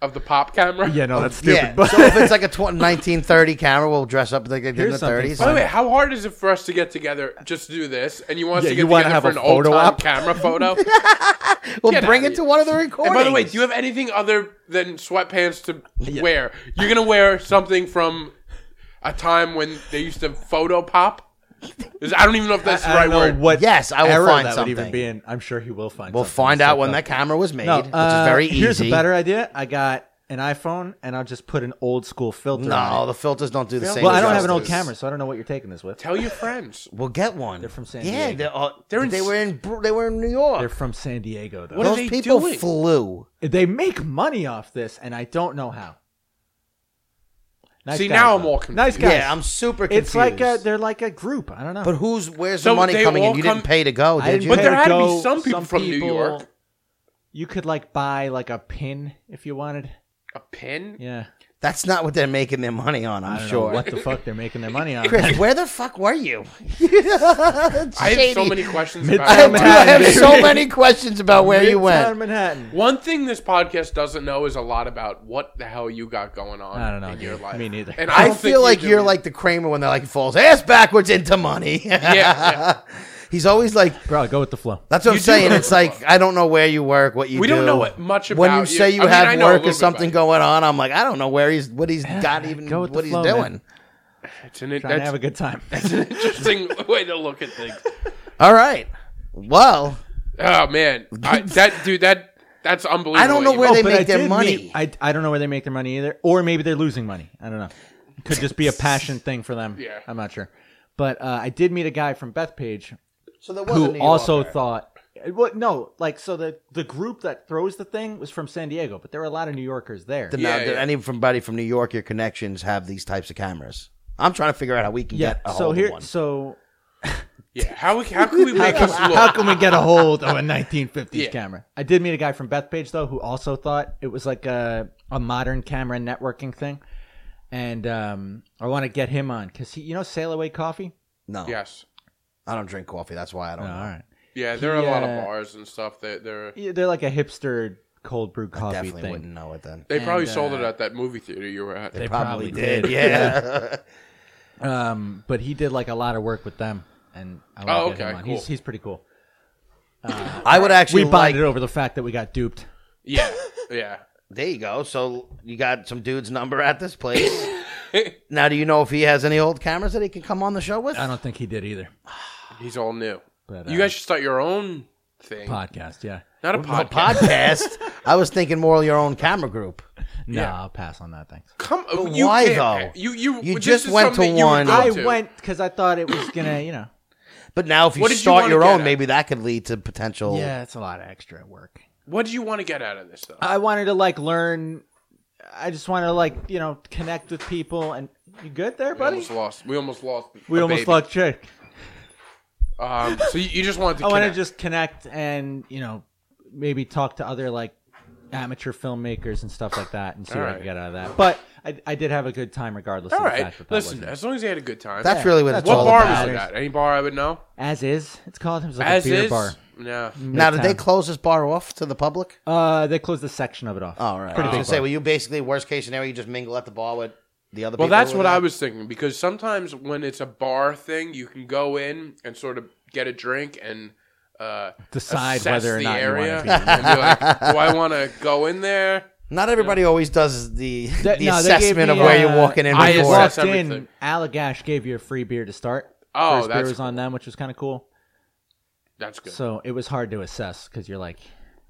of the pop camera.
Yeah, no, that's stupid.
yeah.
But
so if it's like a tw- 1930 camera, we'll dress up like they did in
Here's
the
something
30s.
By the way, how hard is it for us to get together just to do this? And you want us
Yeah,
to
you
get
wanna
together
have
for
a
an old
photo
time
op?
camera photo?
we'll
Get
bring
outta
it to
here.
one of the recordings.
and by the way, do you have anything other than sweatpants to wear? You're gonna wear something from a time when they used to photo pop. Is- I don't even know if that's the
I
right
don't know
word.
what.
Yes, I will
era
find
that Would even
something.
be in. I'm sure he will find.
we'll
something.
find
It's
out
so
when
dumb.
that camera was made,
No,
which
uh,
is very easy.
Here's a better idea. I got an iPhone, and I'll just put an old school filter.
No,
on it.
the filters don't do the same.
well, I
as
don't have
us
an old
do.
camera, so I don't know what you're taking this with.
Tell your friends.
We'll get one. They're
from San
Yeah,
Diego.
they're, all-
They're in
they
s-
were in. Br- They were in New York.
They're from San Diego, though.
What are they
Those people
doing?
flew.
They make money off this, and I don't know how. Nice
See,
guys,
now I'm
though.
all confused.
Nice guys.
Yeah, I'm super confused.
It's like a, they're like a group. I don't know.
but who's where's
uh, So
the money
they
coming in?
all
You
come-
didn't pay to go,
I
did
didn't
you?
But
pay
there had to be
go.
some people from New
people-
York.
You could like buy like a pin if you wanted.
A pin?
Yeah,
That's not what they're making their money on.
I
I'm
don't
sure.
know what the fuck they're making their money on.
Chris, where the fuck were you?
I have so
Shady.
many questions
Midtown
about it.
I
Manhattan.
have so many questions about where you
Midtown
went.
Manhattan.
One thing this podcast doesn't know is a lot about what the hell you got going on
I don't know,
in your
dude.
life.
Me neither.
And
I
don't think
feel
you
like
do
you're
either.
like the Kramer when they're like he falls ass backwards into money.
yeah.
He's always like
Bro, go with the flow.
That's what
You
I'm
do
saying.
know
It's like I don't know where you work, what you
We
do.
don't know what- much
When you
about
say
you.
you
I mean, I
have
know a
work
little
or
bit
something
about
going on, I'm like, I don't know where he's what he's got even
Go with the
what he's
flow, man.
doing.
It's an,
Trying to
that's
have a good time.
an interesting way to look at things.
All right. Well,
Oh man, I, that dude, that that's unbelievable. Oh,
I don't know
You-
where they
Oh, But I
make their
did
money.
meet- I, I don't know where they make their money either, or maybe they're losing money. I don't know. Could just be a passion thing for them.
Yeah.
I'm not sure. But uh, I did meet a guy from Bethpage
so there
who also thought. Well, no, like so the the group that throws the thing was from San Diego, but there were a lot of New Yorkers there.
now,
Yeah,
did
yeah.
anybody from New York, your connections have these types of cameras? I'm trying to figure out how we can
yeah.
get a
So
hold
here,
of one.
so
Yeah, how how can we make us look?
how can we get a hold of a 1950s
Yeah.
camera? I did meet a guy from Bethpage though who also thought it was like a a modern camera networking thing, and um, I want to get him on because he, you know, Sail Away Coffee.
no,
yes,
I don't drink coffee. That's why I don't.
Oh,
know.
all right.
yeah, there are a lot of
Yeah.
bars and stuff that they're.
Yeah, they're like a hipster cold brew coffee
Definitely
thing.
wouldn't know it then.
They probably
And,
sold
uh,
it at that movie theater you were at.
They
Probably, did. yeah.
Um, but he did like a lot of work with them, and I want
Oh,
to get
okay,
him on.
cool.
He's he's pretty cool.
I would actually
We
like.
bonded over the fact that we got duped.
Yeah, yeah.
There you go. So you got some dude's number at this place. now, do you know if he has any old cameras that he can come on the show with?
I don't think he did either.
He's all new.
But, uh,
you guys should start your own thing,
Podcast, yeah.
not a
A
podcast.
podcast. I was thinking more of your own camera group.
No,
Yeah.
I'll pass on that. Thanks.
Come,
But
you
why,
can't-
though?
You you
You
this
just
is
went to
something you would
one-
go
I
to.
went because I thought it was gonna, you know.
But now, if you
What did you
start
wanna
your
get
own,
at?
maybe that could lead to potential.
Yeah, it's a lot of extra work.
What do you want to get out of this though?
I wanted to like learn. I just wanted to like you know connect with people. And you good there,
we
buddy?
almost lost. We almost lost.
We
a
almost
baby.
locked Jake.
Um, so you, you just wanted to.
I want to
connect.
just connect and you know maybe talk to other like amateur filmmakers and stuff like that and see what I
right.
can get out of that. But I, I did have a good time regardless.
All
of the
right.
fact that that
Listen,
wasn't-
as long as you had a good time.
That's really what it's
That's
what
all
bar
about.
was it at? Any bar I would know?
as is, it's called. It was like
As
a beer
is.
bar.
Yeah.
Now, did they
Midtown.
close this bar off to the public?
Uh, they closed the section of it off.
All right.
Pretty
I was
big
gonna say,
bar.
well, you basically worst case scenario, you just mingle at the bar with the other.
Well,
people
that's
who
what
there?
I was thinking because sometimes when it's a bar thing, you can go in and sort of get a drink and uh,
Decide
assess
whether or
the
not you wanna
area
be
and be like, do I want to go in there?
Not everybody always does the the,
That- no, they gave
assessment of
me,
where
uh,
you're walking in
I
before.
assess-
walked
everything.
in. Allagash gave you a free beer to start.
Oh,
First beer
that's
was on them, which was kind of cool.
that's good.
So it was hard to assess because you're like,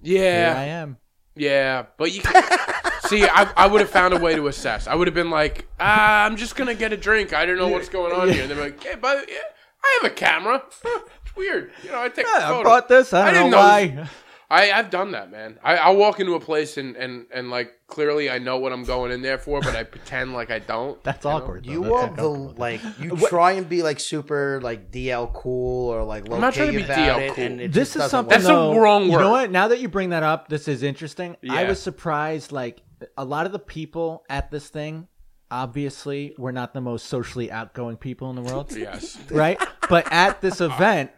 here
yeah,
I am.
yeah, but you. See, I, I would have found a way to assess. I would have been like, ah, I'm just gonna get a drink. I don't know what's going on here. And they're like, hey, but yeah, I have a camera. Huh, It's weird. You know, I take. a photo.
I bought this. I
I
don't
didn't
know
know
why.
I, I've done that, man. I, I'll walk into a place and, and, and like clearly I know what I'm going in there for, but I pretend like I don't.
That's awkward. though.
You
That's
are the
uncomfortable.
like you try and be like super like DL cool or like low
I'm not trying to
key
be
about
DL
it,
cool.
and it
This
just doesn't
is something.
work.
That's a
though-
wrong
You
word.
know what? Now that you bring that up, this is interesting. I
Yeah.
was surprised. Like a lot of the people at this thing, obviously, were not the most socially outgoing people in the world,
Yes.
right? But at this event,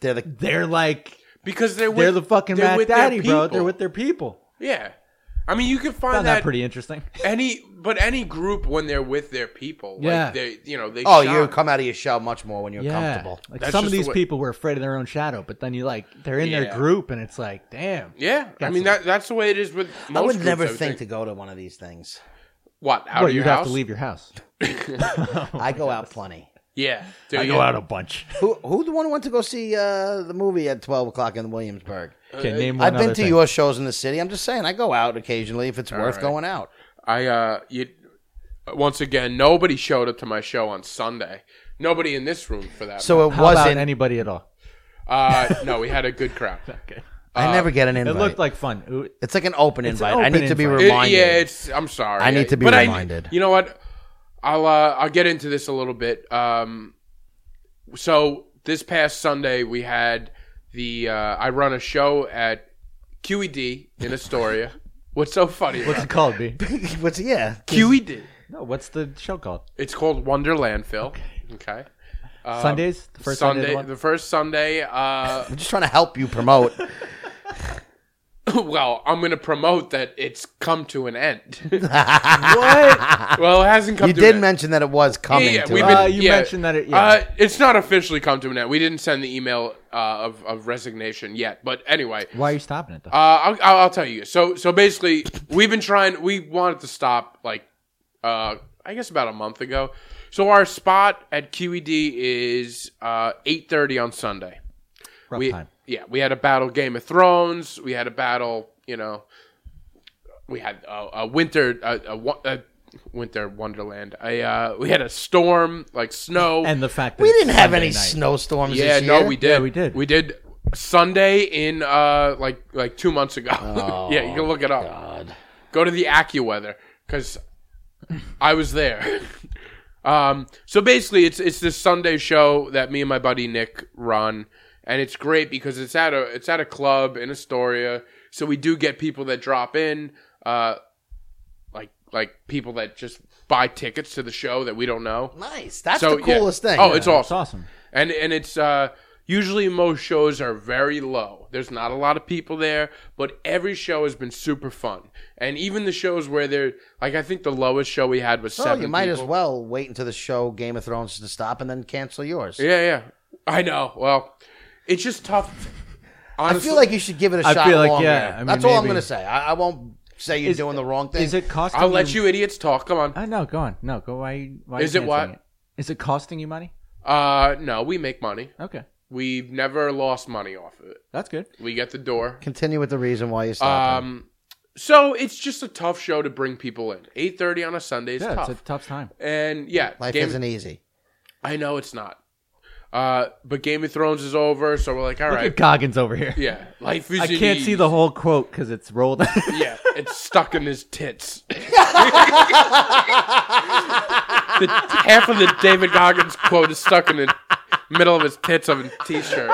They're the
they're like
Because they're with,
they're the fucking
they're
Mac
with their
Daddy, bro. They're
people.
with their people.
Yeah. I mean, you can find
Found
that,
that pretty interesting.
any, but any group when they're with their people.
Yeah.
Like they, you know, they
oh
shine.
you come out of your shell much more when you're comfortable.
Like
That's
some
just
of
the
these
way-
people were afraid of their own shadow, but then you like they're in
Yeah.
their group and it's like, damn.
Yeah. I
That's-
mean, that that's the way it is with most
I would
groups,
never
would
think, to go to one of these things.
What? Out
Well,
of your
you'd
house?
have to leave your house. Oh
I go out plenty.
Yeah. Do
I
you?
go out a bunch.
Who who the one who went to go see uh, the movie at twelve o'clock in Williamsburg?
Okay, name one
Uh, I've been
other
to
thing.
your shows in the city. I'm just saying I go out occasionally if it's worth
right.
going out.
I uh you once again nobody showed up to my show on Sunday. Nobody in this room for that.
So it
How
wasn't.
about anybody at all?
uh no, we had a good crowd.
Okay.
I never get an
Uh, It
invite.
looked like fun. Ooh,
it's like an open
It's an
invite. I
open
need to be
invite.
It-
reminded.
yeah, it's I'm sorry.
I need to be
But I-
reminded.
you know what? I'll uh I'll get into this a little bit. Um so this past Sunday we had the uh I run a show at QED in Astoria. What's so funny? about
What's it called, B?
What's yeah?
QED?
No, what's the show called?
It's called Wonderland, Phil. Okay. Um,
Sundays? The first Sunday. of the month?
the first Sunday. Uh,
I'm just trying to help you promote.
well, I'm going to promote that it's come to an end.
what?
well, it hasn't come.
you
to
did
an end.
mention that it was coming.
Yeah,
to
we've
us.
been-
Uh, you
yeah.
mentioned that it. Yeah.
Uh, it's not officially come to an end. We didn't send the email uh, of of resignation yet. But anyway,
Why are you stopping it though?
Uh, I'll, I'll I'll tell you. So so basically, we've been trying. We wanted to stop like, uh, I guess about a month ago. So our spot at QED is uh, eight thirty on Sunday.
Rough
we,
time.
Yeah, we had a battle Game of Thrones. We had a battle. You know, we had a, a winter a, a, wo- a winter wonderland. A uh, we had a storm like snow.
And the fact that
we
it's
didn't have
Sunday
any
night.
snowstorms.
yeah,
this
no,
year.
we did.
Yeah, we did.
We did Sunday in uh like like two months ago.
Oh,
yeah, you can look it up. Go to the AccuWeather because I was there. um, so basically, it's it's this Sunday show that me and my buddy Nick run, and it's great because it's at a it's at a club in Astoria, so we do get people that drop in. Uh, like like people that just buy tickets to the show that we don't know.
Nice. That's
So,
the
yeah.
coolest thing.
Oh, it's
It's
awesome
awesome.
and and it's uh usually most shows are very low there's not a lot of people there but every show has been super fun and even the shows where they're like i think the lowest show we had was
So
seven
Oh, you might as
people.
well wait until the show Game of Thrones to stop and then cancel yours.
yeah yeah i know well it's just tough
I
honestly
feel like you should give it a
I
shot
feel like,
longer.
yeah, I mean,
That's all I'm
maybe-
gonna say. I, I won't say you're
Is-
doing the wrong thing.
Is it costing?
i'll let you idiots talk come on
I know. Go on. No, go. Why? you- Why?
Is it what?
Is it costing you money?
uh no we make money
Okay,
we've never lost money off of it
that's good.
we get the door
Continue with the reason why you stopped.
um so it's just a tough show to bring people in 8.30 on a sunday is
yeah,
tough
it's a tough time.
and yeah
Life
Game-
isn't easy.
I know it's not. Uh, but Game of Thrones is over, so we're like, all
Look
right,
at Goggins over here.
yeah, life is.
I can't see the whole quote because it's rolled.
Yeah, it's stuck in his tits. the, half of the David Goggins quote is stuck in the middle of his tits of a t-shirt.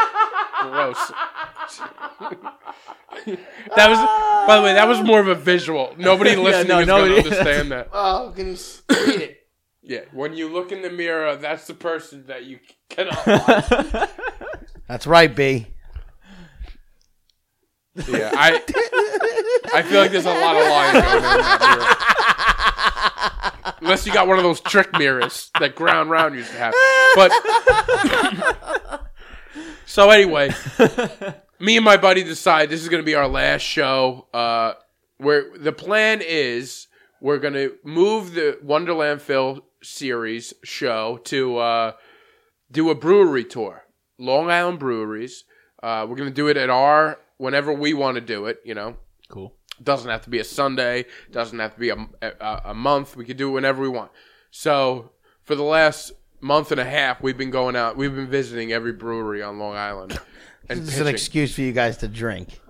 Gross. that was, by the way, that was more of a visual. Nobody listening
no,
is going to
nobody-
understand that.
Oh, can you read it?
Yeah, when you look in the mirror, that's the person that you cannot.
That's right, B.
Yeah, I I feel like there's a lot of lying going on here. Unless you got one of those trick mirrors that Ground Round used to have. But so anyway, me and my buddy decide this is going to be our last show. Uh, where the plan is we're going to move the Wonderland Phil series show to uh, do a brewery tour, Long Island breweries. Uh, we're going to do it at our whenever we want to do it. You know,
Cool.
doesn't have to be a Sunday. Doesn't have to be a, a, a month. We could do it whenever we want. So for the last month and a half, we've been going out. We've been visiting every brewery on Long Island. And
This is an
pitching.
excuse for you guys to drink.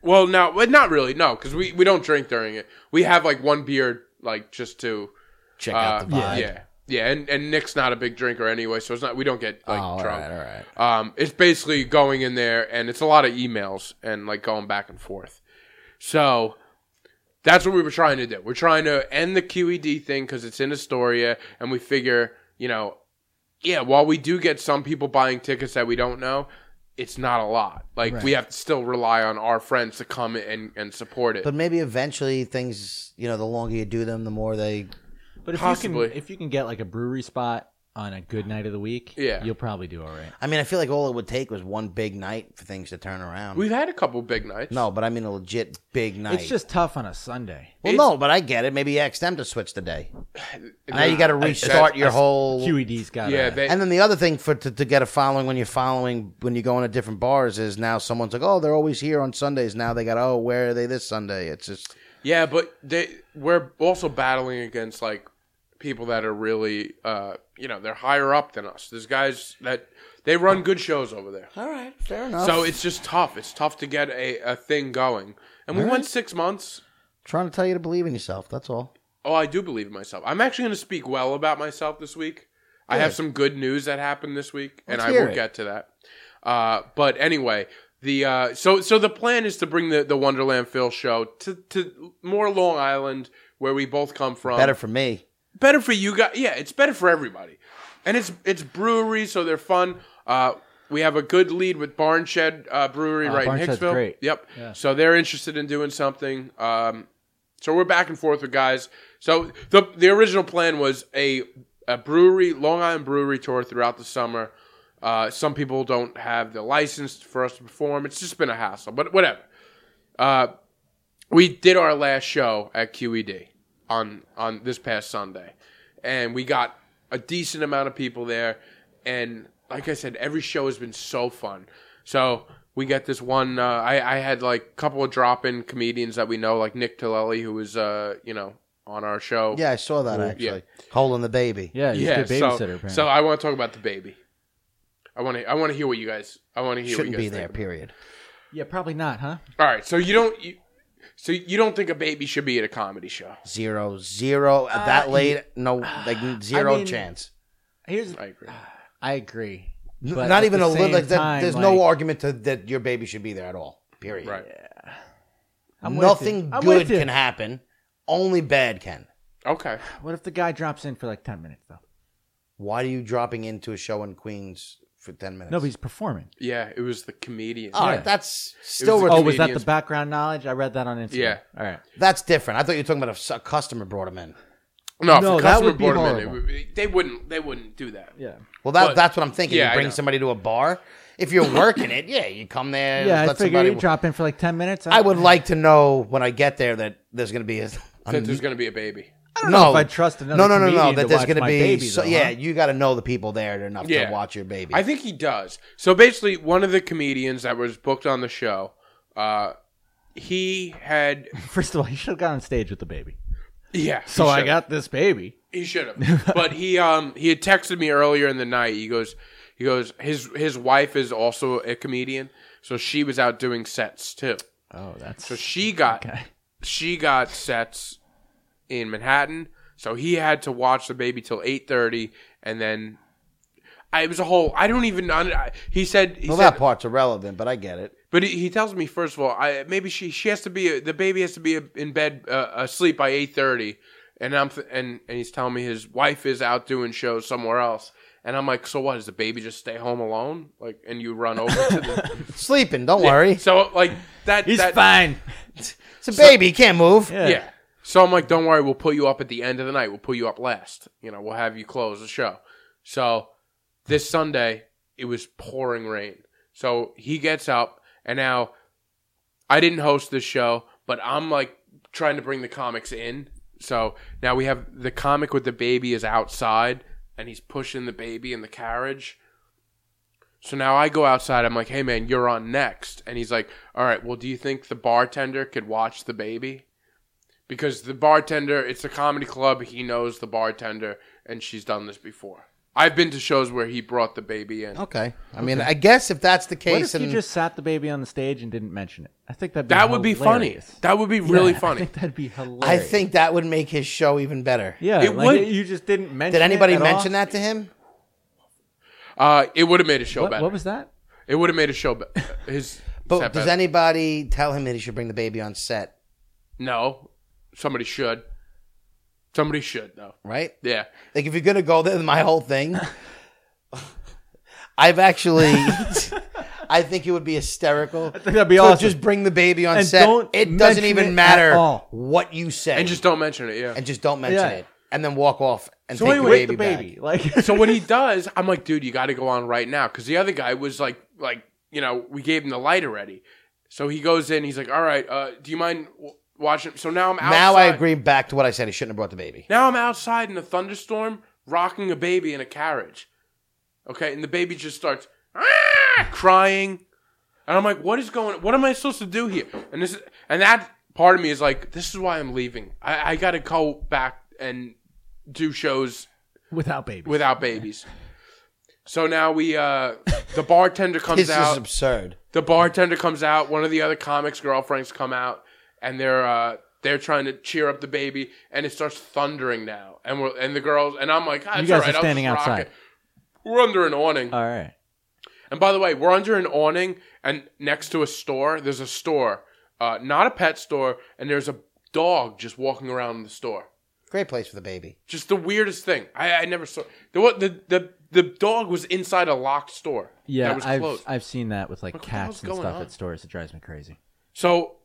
Well, no, but not really. No, because we, we don't drink during it. We have like one beer, like just to
Check
uh,
out the vibe.
yeah, yeah. And and Nick's not a big drinker anyway, so it's not. We don't get like
oh, all
drunk.
right, all right.
Um, it's basically going in there, and it's a lot of emails and like going back and forth. So that's what we were trying to do. We're trying to end the QED thing because it's in Astoria, and we figure, you know, yeah, while we do get some people buying tickets that we don't know, it's not a lot. Like we have to still rely on our friends to come and and support it.
But maybe eventually things, you know, the longer you do them, the more they.
But if you
Possibly.
can if you can get like a brewery spot on a good night of the week,
Yeah.
you'll probably do all right.
I mean, I feel like all it would take was one big night for things to turn around.
We've had a couple big nights.
no, but I mean a legit big night.
It's just tough on a Sunday.
well, no, but I get it. Maybe ask them to switch the day. Now you got to restart
that's-
your whole.
QED's got
yeah,
yeah,
they,
And then the other thing for to, to get a following when you're following when you're going to different bars is now someone's like, oh, they're always here on Sundays. Now they got, oh, where are they this Sunday? It's just
Yeah, but they we're also battling against like people that are really uh you know, they're higher up than us. There's guys that they run good shows over there.
all right, fair enough.
So it's just tough. It's tough to get a, a thing going. And we went six months.
trying to tell you to believe in yourself. That's all.
Oh, I do believe in myself. I'm actually gonna speak well about myself this week. I have some good news that happened this week, and
Let's
I
hear
will
it.
get to that. Uh, but anyway, the uh, so so the plan is to bring the, the Wonderland Phil show to, to more Long Island, where we both come from.
Better for me.
better for you guys. Yeah, it's better for everybody, and it's it's breweries, so they're fun. Uh, we have a good lead with Barn Shed uh, Brewery
Uh,
right
Barn
in
Shed's
Hicksville.
great.
Yep. So they're interested in doing something. Um, so we're back and forth with guys. So the the original plan was a a brewery, Long Island brewery tour throughout the summer. Uh, some people don't have the license for us to perform. It's just been a hassle, but whatever. Uh, we did our last show at QED on on this past Sunday, and we got a decent amount of people there. And like I said, every show has been so fun. So we got this one. Uh, I I had like a couple of drop in comedians that we know, like Nick Tillelli, who was uh you know on our show.
Yeah, I saw that actually. Holding the baby.
Yeah, he's
yeah.
a good babysitter
so,
apparently.
so I want to talk about the baby. I want to I want to hear what you guys I want to hear
Shouldn't
what you
be
guys
there.
think.
Period.
yeah, probably not, huh?
All right, so you don't you, so you don't think a baby should be at a comedy show?
Zero, zero. At that late, no, like zero
Uh, I mean,
chance.
Here's
I agree.
I agree.
N-
but
Not
at
even
the
a little.
same
Like that,
time,
there's
like,
no argument to, that your baby should be there at all. Period.
Right.
I'm with
Nothing
you. I'm
good
with you.
can happen. Only bad can.
Okay.
What if the guy drops in for like ten minutes though?
Why are you dropping into a show in Queens for ten minutes?
No, but he's performing.
Yeah, it was the comedian.
All right,
Oh, yeah.
that's still
was a-
re-
Oh, was that the
comedians-
background knowledge? I read that on Instagram.
Yeah.
All right.
that's different. I thought you were talking about if s- a customer brought him in.
No,
No,
if the
that
customer
would be
brought him in, it
horrible.
would- they wouldn't. They wouldn't do that.
Yeah.
Well, that,
But-
that's what I'm thinking.
Yeah, I
you bring
know.
somebody to a bar. If you're working it, yeah, you come there.
Yeah, I
let
figured
somebody.
he'd drop in for like ten minutes.
I would like to know when I get there that there's going to be a.
That there's going to be a baby.
no,
know if I trust another
No, no, no, no.
comedian
That
to
there's
watch
going to
my
be.
baby,
so,
though,
yeah,
huh?
you got to know the people there enough
Yeah.
to watch your baby.
I think he does. So basically, one of the comedians that was booked on the show, uh, he had.
First of all, he should have got on stage with the baby.
Yeah. he
So I
should've.
got this baby.
He should have. but he um he had texted me earlier in the night. He goes he goes his his wife is also a comedian, so she was out doing sets too.
Oh, that's
So she got
okay.
she got sets in Manhattan, so he had to watch the baby till eight thirty, and then I, it was a whole. I don't even. I, he said. He
Well,
said
that part's irrelevant, but I get it.
but he, he tells me first of all, I maybe she she has to be the baby has to be in bed uh, asleep by eight thirty, and I'm th- and and he's telling me his wife is out doing shows somewhere else, And I'm like, so what? Does the baby just stay home alone? Like, and you run over to the
Sleeping, don't worry.
so like that.
He's
that,
fine.
It's a baby, he can't move.
Yeah. So I'm like, don't worry, we'll put you up at the end of the night. We'll put you up last. You know, we'll have you close the show. So this Sunday, it was pouring rain. So he gets up, and now I didn't host this show, but I'm like trying to bring the comics in. So now we have the comic with the baby is outside, and he's pushing the baby in the carriage. So now I go outside. I'm like, hey, man, you're on next. And he's like, all right, well, do you think the bartender could watch the baby? because the bartender it's a comedy club he knows the bartender and she's done this before i've been to shows where he brought the baby
Oh,
in
Okay. I mean, I guess if that's the
What
case,
if you
and
just sat the baby on the stage and didn't mention it? I think that'd be
that would be funny
hilarious.
that would be really
Yeah, I
funny
think that'd be hilarious.
I think that would make his show even better.
yeah,
It
like,
would.
You just didn't mention.
Did anybody
it at
mention
all?
that to him?
uh, it would have made a show
What,
better
what was that?
it would have made a show be- his
But
set
does
better.
anybody tell him that he should bring the baby on set?
no somebody should somebody should though
Right?
yeah
Like, if you're gonna go there, my whole thing. I've actually, I think it would be hysterical. I
think that'd be
to
awesome.
Just bring the baby on
And
set.
don't
it doesn't
mention
even
it at
matter
all.
what you say,
and just don't mention it yeah
and just don't mention
Yeah.
it, and then walk off and
So
take
anyway,
With
the baby
the baby,
back.
like
so when he does, I'm like, dude, you got to go on right now because the other guy was like, like you know, we gave him the light already. So he goes in. He's like, all right, uh, do you mind w- watching? So now I'm outside.
Now I agree back to what I said. He shouldn't have brought the baby.
Now I'm outside in a thunderstorm, rocking a baby in a carriage. Okay, and the baby just starts "Ah!" crying, and I'm like, what is going? What am I supposed to do here? And this, is- and that part of me is like, this is why I'm leaving. I, I got to go back and do shows
without baby.
without babies. So now we uh the bartender comes
This is
out.
absurd.
The bartender comes out. One of the other comics' girlfriends come out, and they're uh they're trying to cheer up the baby, and it starts thundering now. And we're and the girls and I'm like, ah,
You
it's all
guys are
right, I'll
standing
just rock
outside.
it." We're under an awning.
all right.
And by the way, we're under an awning, and next to a store, there's a store, uh, not a pet store, and there's a dog just walking around the store.
Great place for the baby. It's
Just the weirdest thing. I, I never saw the what the, the the dog was inside a locked store.
Yeah,
that was
I've
closed.
I've seen that with like
What the hell's
cats and
going
stuff
on?
at stores. It drives me crazy.
So,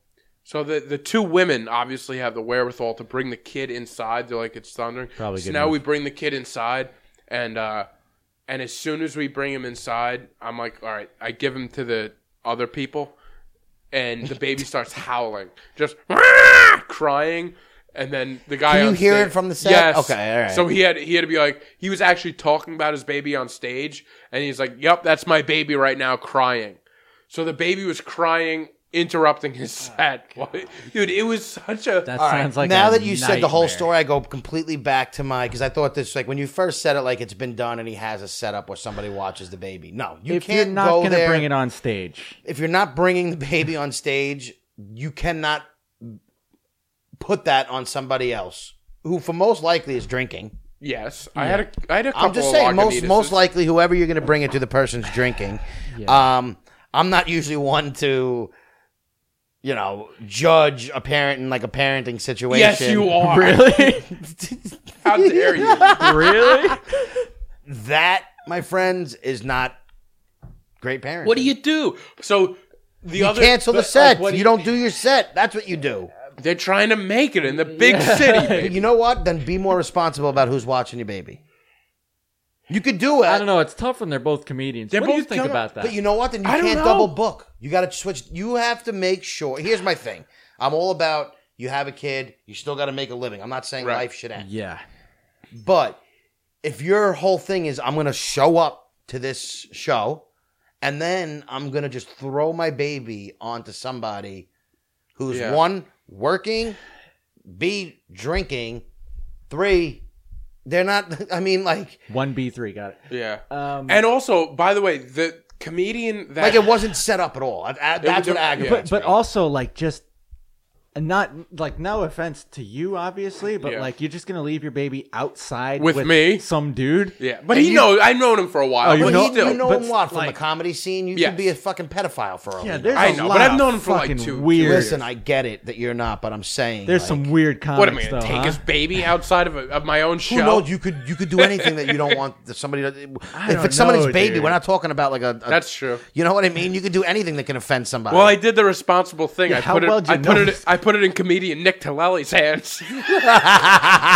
so the the two women obviously have the wherewithal to bring the kid inside. They're like it's thundering.
Probably
So
good
now
move.
we bring the kid inside, and uh, and as soon as we bring him inside, I'm like, all right, I give him to the other people, and the baby starts howling, just crying. And then the guy
Can you
on
hear
sta-
it from the set?
Yes.
Okay, all right.
So he had he had to be like he was actually talking about his baby on stage, and he's like, "Yep, that's my baby right now, crying." So the baby was crying, interrupting his set. Dude, it was such a.
That
All right.
sounds like
now
a
that you said the whole
nightmare.
story, I go completely back to my because I thought this like when you first said it, like it's been done and he has a setup where somebody watches the baby. No, you
If you're
can't
not
go
gonna
there.
bring it on stage,
If you're not bringing the baby on stage, you cannot put that on somebody else who, for most likely, is drinking.
yes, I had a. I had a couple.
I'm just saying,
of
most most
Lagunitas.
likely, whoever you're going to bring it to, the person's drinking. Um, I'm not usually one to, you know, judge a parent in like a parenting situation.
Yes, you are.
really,
How dare you?
really.
That, my friends, is not great parenting.
What do you do? So the
You
other
cancel the
but, like,
set.
what
you don't do your set. That's what you do.
They're trying to make it in the big city. baby.
You know what? Then be more responsible about who's watching your baby. You could do it.
I don't know. It's tough when they're both comedians.
They're
what do you
both
think
com-
about that?
But you know what? Then you
I don't
can't
know.
double book. You got to switch. You have to make sure. Here's my thing. I'm all about you have a kid. You still got to make a living. I'm not saying
Right.
life should end.
yeah,
But if your whole thing is I'm going to show up to this show and then I'm going to just throw my baby onto somebody who's
Yeah.
one working, B drinking, three they're not I mean like
one B three got it.
Yeah.
Um,
and also, by the way, the comedian that
like it wasn't set up at all. I- I- that's
would-
what
it-
aggravates
yeah.
but but
me.
also like just and not like no offense to you, obviously, but
Yeah.
like you're just gonna leave your baby outside
With me?
some dude.
Yeah, but
And
he
you-
knows. I've known him for a while.
Oh, you
but
But
know-
he
you,
still,
you know
but
him what from
like-
the comedy scene. You
Yes.
could be a fucking pedophile for all
Yeah,
we
there's
know.
I
a
know,
lot
but I've
of
known him for, like,
fucking
two-
weird.
Listen, I get it that you're not, but I'm saying
there's
like,
some weird comics.
what am I gonna
though,
take
huh?
his baby outside of, a, of my own
Who
show?
knows? You could you could do anything that you don't want that somebody. To,
I
if
don't
it's somebody's
know,
baby,
dude.
we're not talking about like a, a-
That's true.
You know what I mean? You can do anything that can offend somebody.
Well, I did the responsible thing. I
how
put it.
well do
I
you
put
know
it.
this?
I put it in comedian Nick Talley's hands.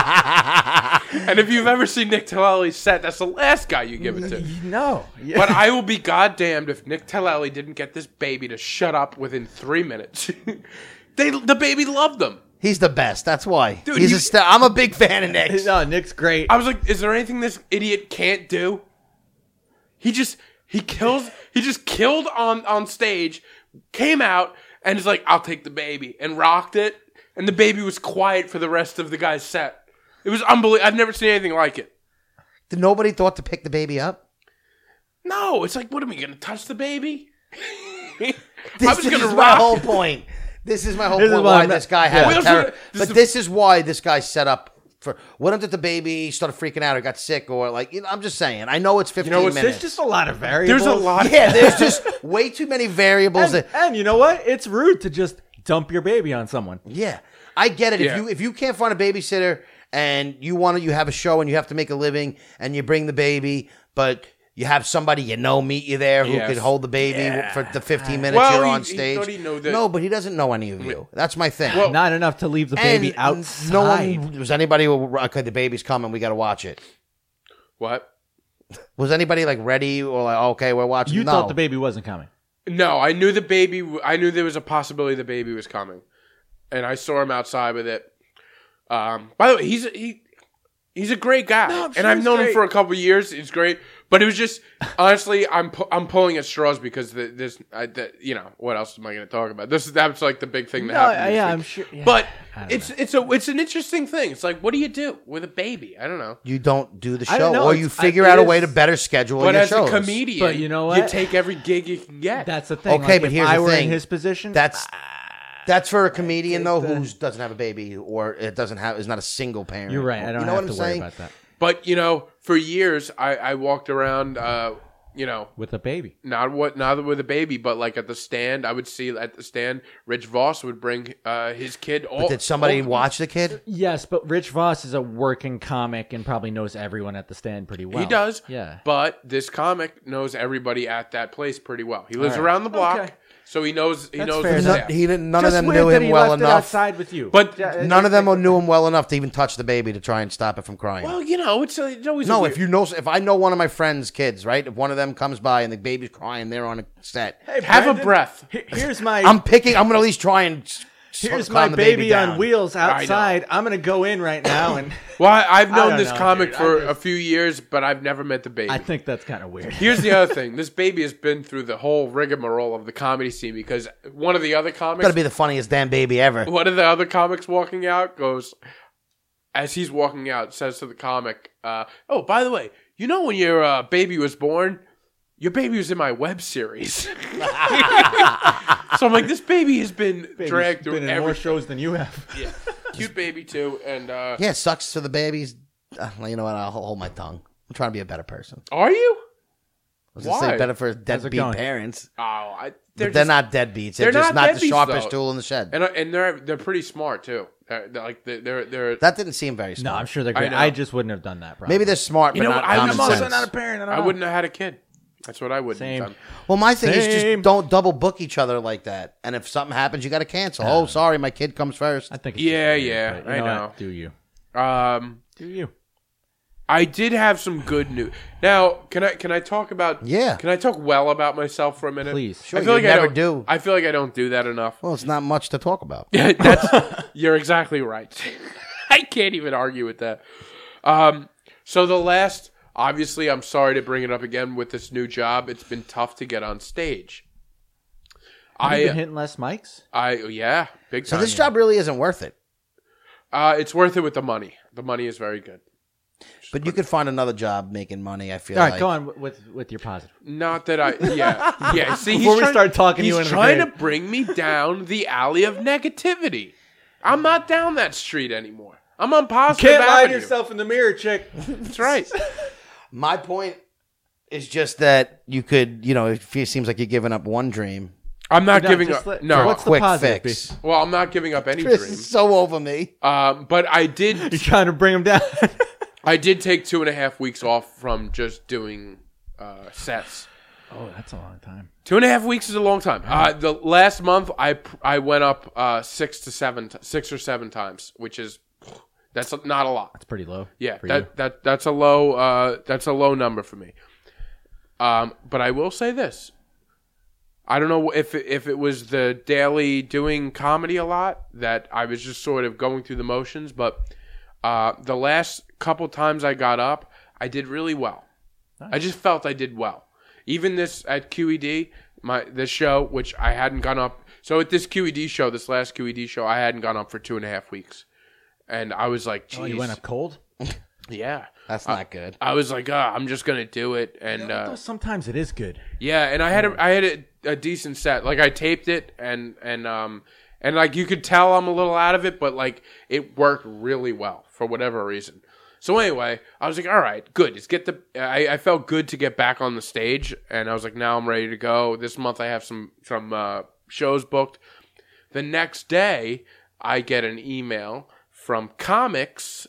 and if you've ever seen Nick Talley's set, that's the last guy you give it to.
No,
But I will be goddamned if Nick Talley didn't get this baby to shut up within three minutes. they the baby loved them.
He's the best. That's why.
Dude,
He's
you-
a st- I'm a big fan of Nick's.
no, Nick's great.
I was like, is there anything this idiot can't do? He just he kills he just killed on on stage, came out and is like, I'll take the baby and rocked it, and the baby was quiet for the rest of the guy's set. It was unbelievable. I've never seen anything like it.
Nobody thought to pick the baby up.
No, it's like, what am I gonna touch the baby?
This,
I was
this
gonna
is
rock.
my whole point. This is my whole
This is
point.
why
Why
I'm not-
this guy had
Well,
a
this
terror.
is- this
but
is-
this is why this guy set up for. What if the baby started freaking out or got sick or like? You know, I'm just saying. I know it's 15
know what's-
There's
minutes.
just a lot of variables.
There's a lot of
yeah, there's just way too many variables.
And,
that,
and you know what? It's rude to just dump your baby on someone.
Yeah, I get it.
Yeah.
If you if you can't find a babysitter and you want to, you have a show and you have to make a living and you bring the baby, but you have somebody you know meet you there who
Yes.
could hold the baby for the 15 minutes
Well,
you're
he-
on
he
stage.
thought he know that-
No, but he doesn't know any of you. That's my thing.
Well,
Not enough to leave the
and
baby outside.
no one was anybody. Okay, the baby's coming. We got to watch it.
What?
Was anybody like ready or like okay, we're watching?
you
no.
thought the baby wasn't coming.
No, I knew the baby. I knew there was a possibility the baby was coming, and I saw him outside with it. Um, by the way, he's he he's a great guy,
I'm
and
sure
I've
he's
known him
great.
for a couple years. He's great, but it was just honestly, I'm pu- I'm pulling at straws because the, this, I, the, you know, what else am I going to talk about? This that's like the big thing that
No,
happened. this
yeah,
week.
I'm sure- yeah,
but
I don't
it's it's a it's an interesting thing. It's like, what do you do with a baby? I don't know.
you don't do the
I don't
show,
know.
or you
It's- I-
figure
it
out a
is-
way to better schedule
But
your
as
shows.
a comedian,
But you know
you
what?
take every gig you can get.
That's the thing.
Okay,
like,
but
if
here's
I
the
were
thing.
in his position,
That's that's for a comedian though who doesn't have a baby or it doesn't have is not a single parent.
you're right. I don't
you know
have
what
to
I'm
worry
saying?
about that
But you know, for years I, I walked around, uh, you know,
with a baby.
not what not with a baby, but like at the stand, I would see at the stand, Rich Voss would bring uh, his kid. All,
Did somebody
all-
watch the kid?
Yes, but Rich Voss is a working comic and probably knows everyone at the stand pretty well.
He does.
Yeah.
But this comic knows everybody at that place pretty well. He lives
All right.
around the block,
Okay.
so he knows he
That's
knows.
fair
the
enough.
staff.
he didn't. None
Just
of them
weird
knew
that
him
he
well
left it
enough.
outside with you,
But-
None of them knew him well enough to even touch the baby to try and stop it from crying.
well, you know, it's, a, it's always a
no,
weird-
if you know, if I know one of my friends' kids, right? If one of them comes by and the baby's crying, they're on a set.
Hey,
have a
Brendan,
breath.
he- Here's my
I'm picking. I'm gonna at least try and. s-
here's
calm
my
the
baby, on
down.
wheels
know.
outside. I'm gonna go in right now, and
Well, I, I've known
don't
this
know,
comic
dude. I
for
just-
a few years, but I've never met the baby.
I think that's kind of weird.
Here's the other thing: this baby has been through the whole rigmarole of the comedy scene because one of the other comics,
Gotta be the funniest damn baby ever.
one of the other comics walking out goes, as he's walking out, says to the comic, uh, "Oh, by the way, you know when your uh, baby was born, your baby was in my web series." so I'm like, this baby has been dragged through
been in more
every
shows than you have.
cute baby too, and uh,
Yeah, sucks to the babies. Uh, you know what? I'll hold my tongue. I'm trying to be a better person.
are you?
I was gonna
Why?
say better for
it
deadbeat
going?
parents.
Oh, I,
They're,
they're,
but they're
just-
not deadbeats. They're,
they're
just
not
not, the
deadbeats,
sharpest
though.
tool in the shed.
and uh, and they're they're pretty smart too. They're, they're like they're they're.
that didn't seem very
No,
smart.
I'm sure they're
I
great.
know.
I, just wouldn't have done that. Probably.
Maybe they're smart, but
know
not
what? I'm
common
also
sense.
not a
parent.
I wouldn't have had a kid. That's what I would.
Oh. Same.
have done.
well, my thing is
Same.
just don't double book each other like that. And if something happens, you got to cancel. oh, sorry, my kid comes first.
I think. It's
Yeah,
just weird,
yeah,
but you
I know.
what? Do you?
Um,
Do you?
I did have some good news. Now, can I can I talk about?
Yeah.
Can I talk well about myself for a minute?
Please.
Sure,
I feel
you
like I
never
don't,
do.
I feel like I don't do that enough.
Well, it's not much to talk about.
That's you're exactly right. I can't even argue with that. Um, so the last, obviously, I'm sorry to bring it up again with this new job. It's been tough to get on stage.
Have you been
I,
hitting less mics.
I, yeah, big
So
time.
this job really isn't worth it.
uh, it's worth it with the money. The money is very good.
But you could find another job making money. I feel
All right,
like.
go on wi- with with your positive.
Not that I, yeah, yeah. See,
Before
he's
we
trying-
start talking you
he's
into the
trying to
grave.
bring me down the alley of negativity. I'm not down that street anymore. I'm on Positive
Can't lie to
Avenue.
yourself in the mirror, chick.
That's right.
My point is just that you could, you know, if it seems like you're giving up one dream,
I'm not
No,
giving
just
up.
let-
no.
what's the
quick
positive
fix.
be?
well, I'm not giving up any
This
dream.
is so over me.
Um, but I did.
You're trying to bring him down.
I did take two and a half weeks off from just doing uh, sets.
oh, that's a long time.
Two and a half weeks is a long time. Uh, the last month, I pr- I went up uh, six to seven, t- six or seven times, which is that's not a lot.
It's pretty low.
Yeah,
for you.
that, that that's a low uh, that's a low number for me. Um, but I will say this: I don't know if it- if it was the daily doing comedy a lot that I was just sort of going through the motions, but uh, the last couple times I got up, I did really well. I just felt I did well. Even this at QED, my this show, which I hadn't gone up. So at this QED show, this last QED show, I hadn't gone up for two and a half weeks, and I was like,
Oh, you
"Jeez."
went up cold.
yeah."
That's not good.
I was like, ah, I'm just gonna do it, and
Although
uh,
sometimes it is good.
yeah, and I had a, I had a, a decent set. Like I taped it, and and um and like you could tell I'm a little out of it, but like it worked really well for whatever reason. So anyway, I was like, all right, good. It's get the. I, I felt good to get back on the stage, and I was like, now I'm ready to go. This month I have some some uh, shows booked. The next day, I get an email from comics.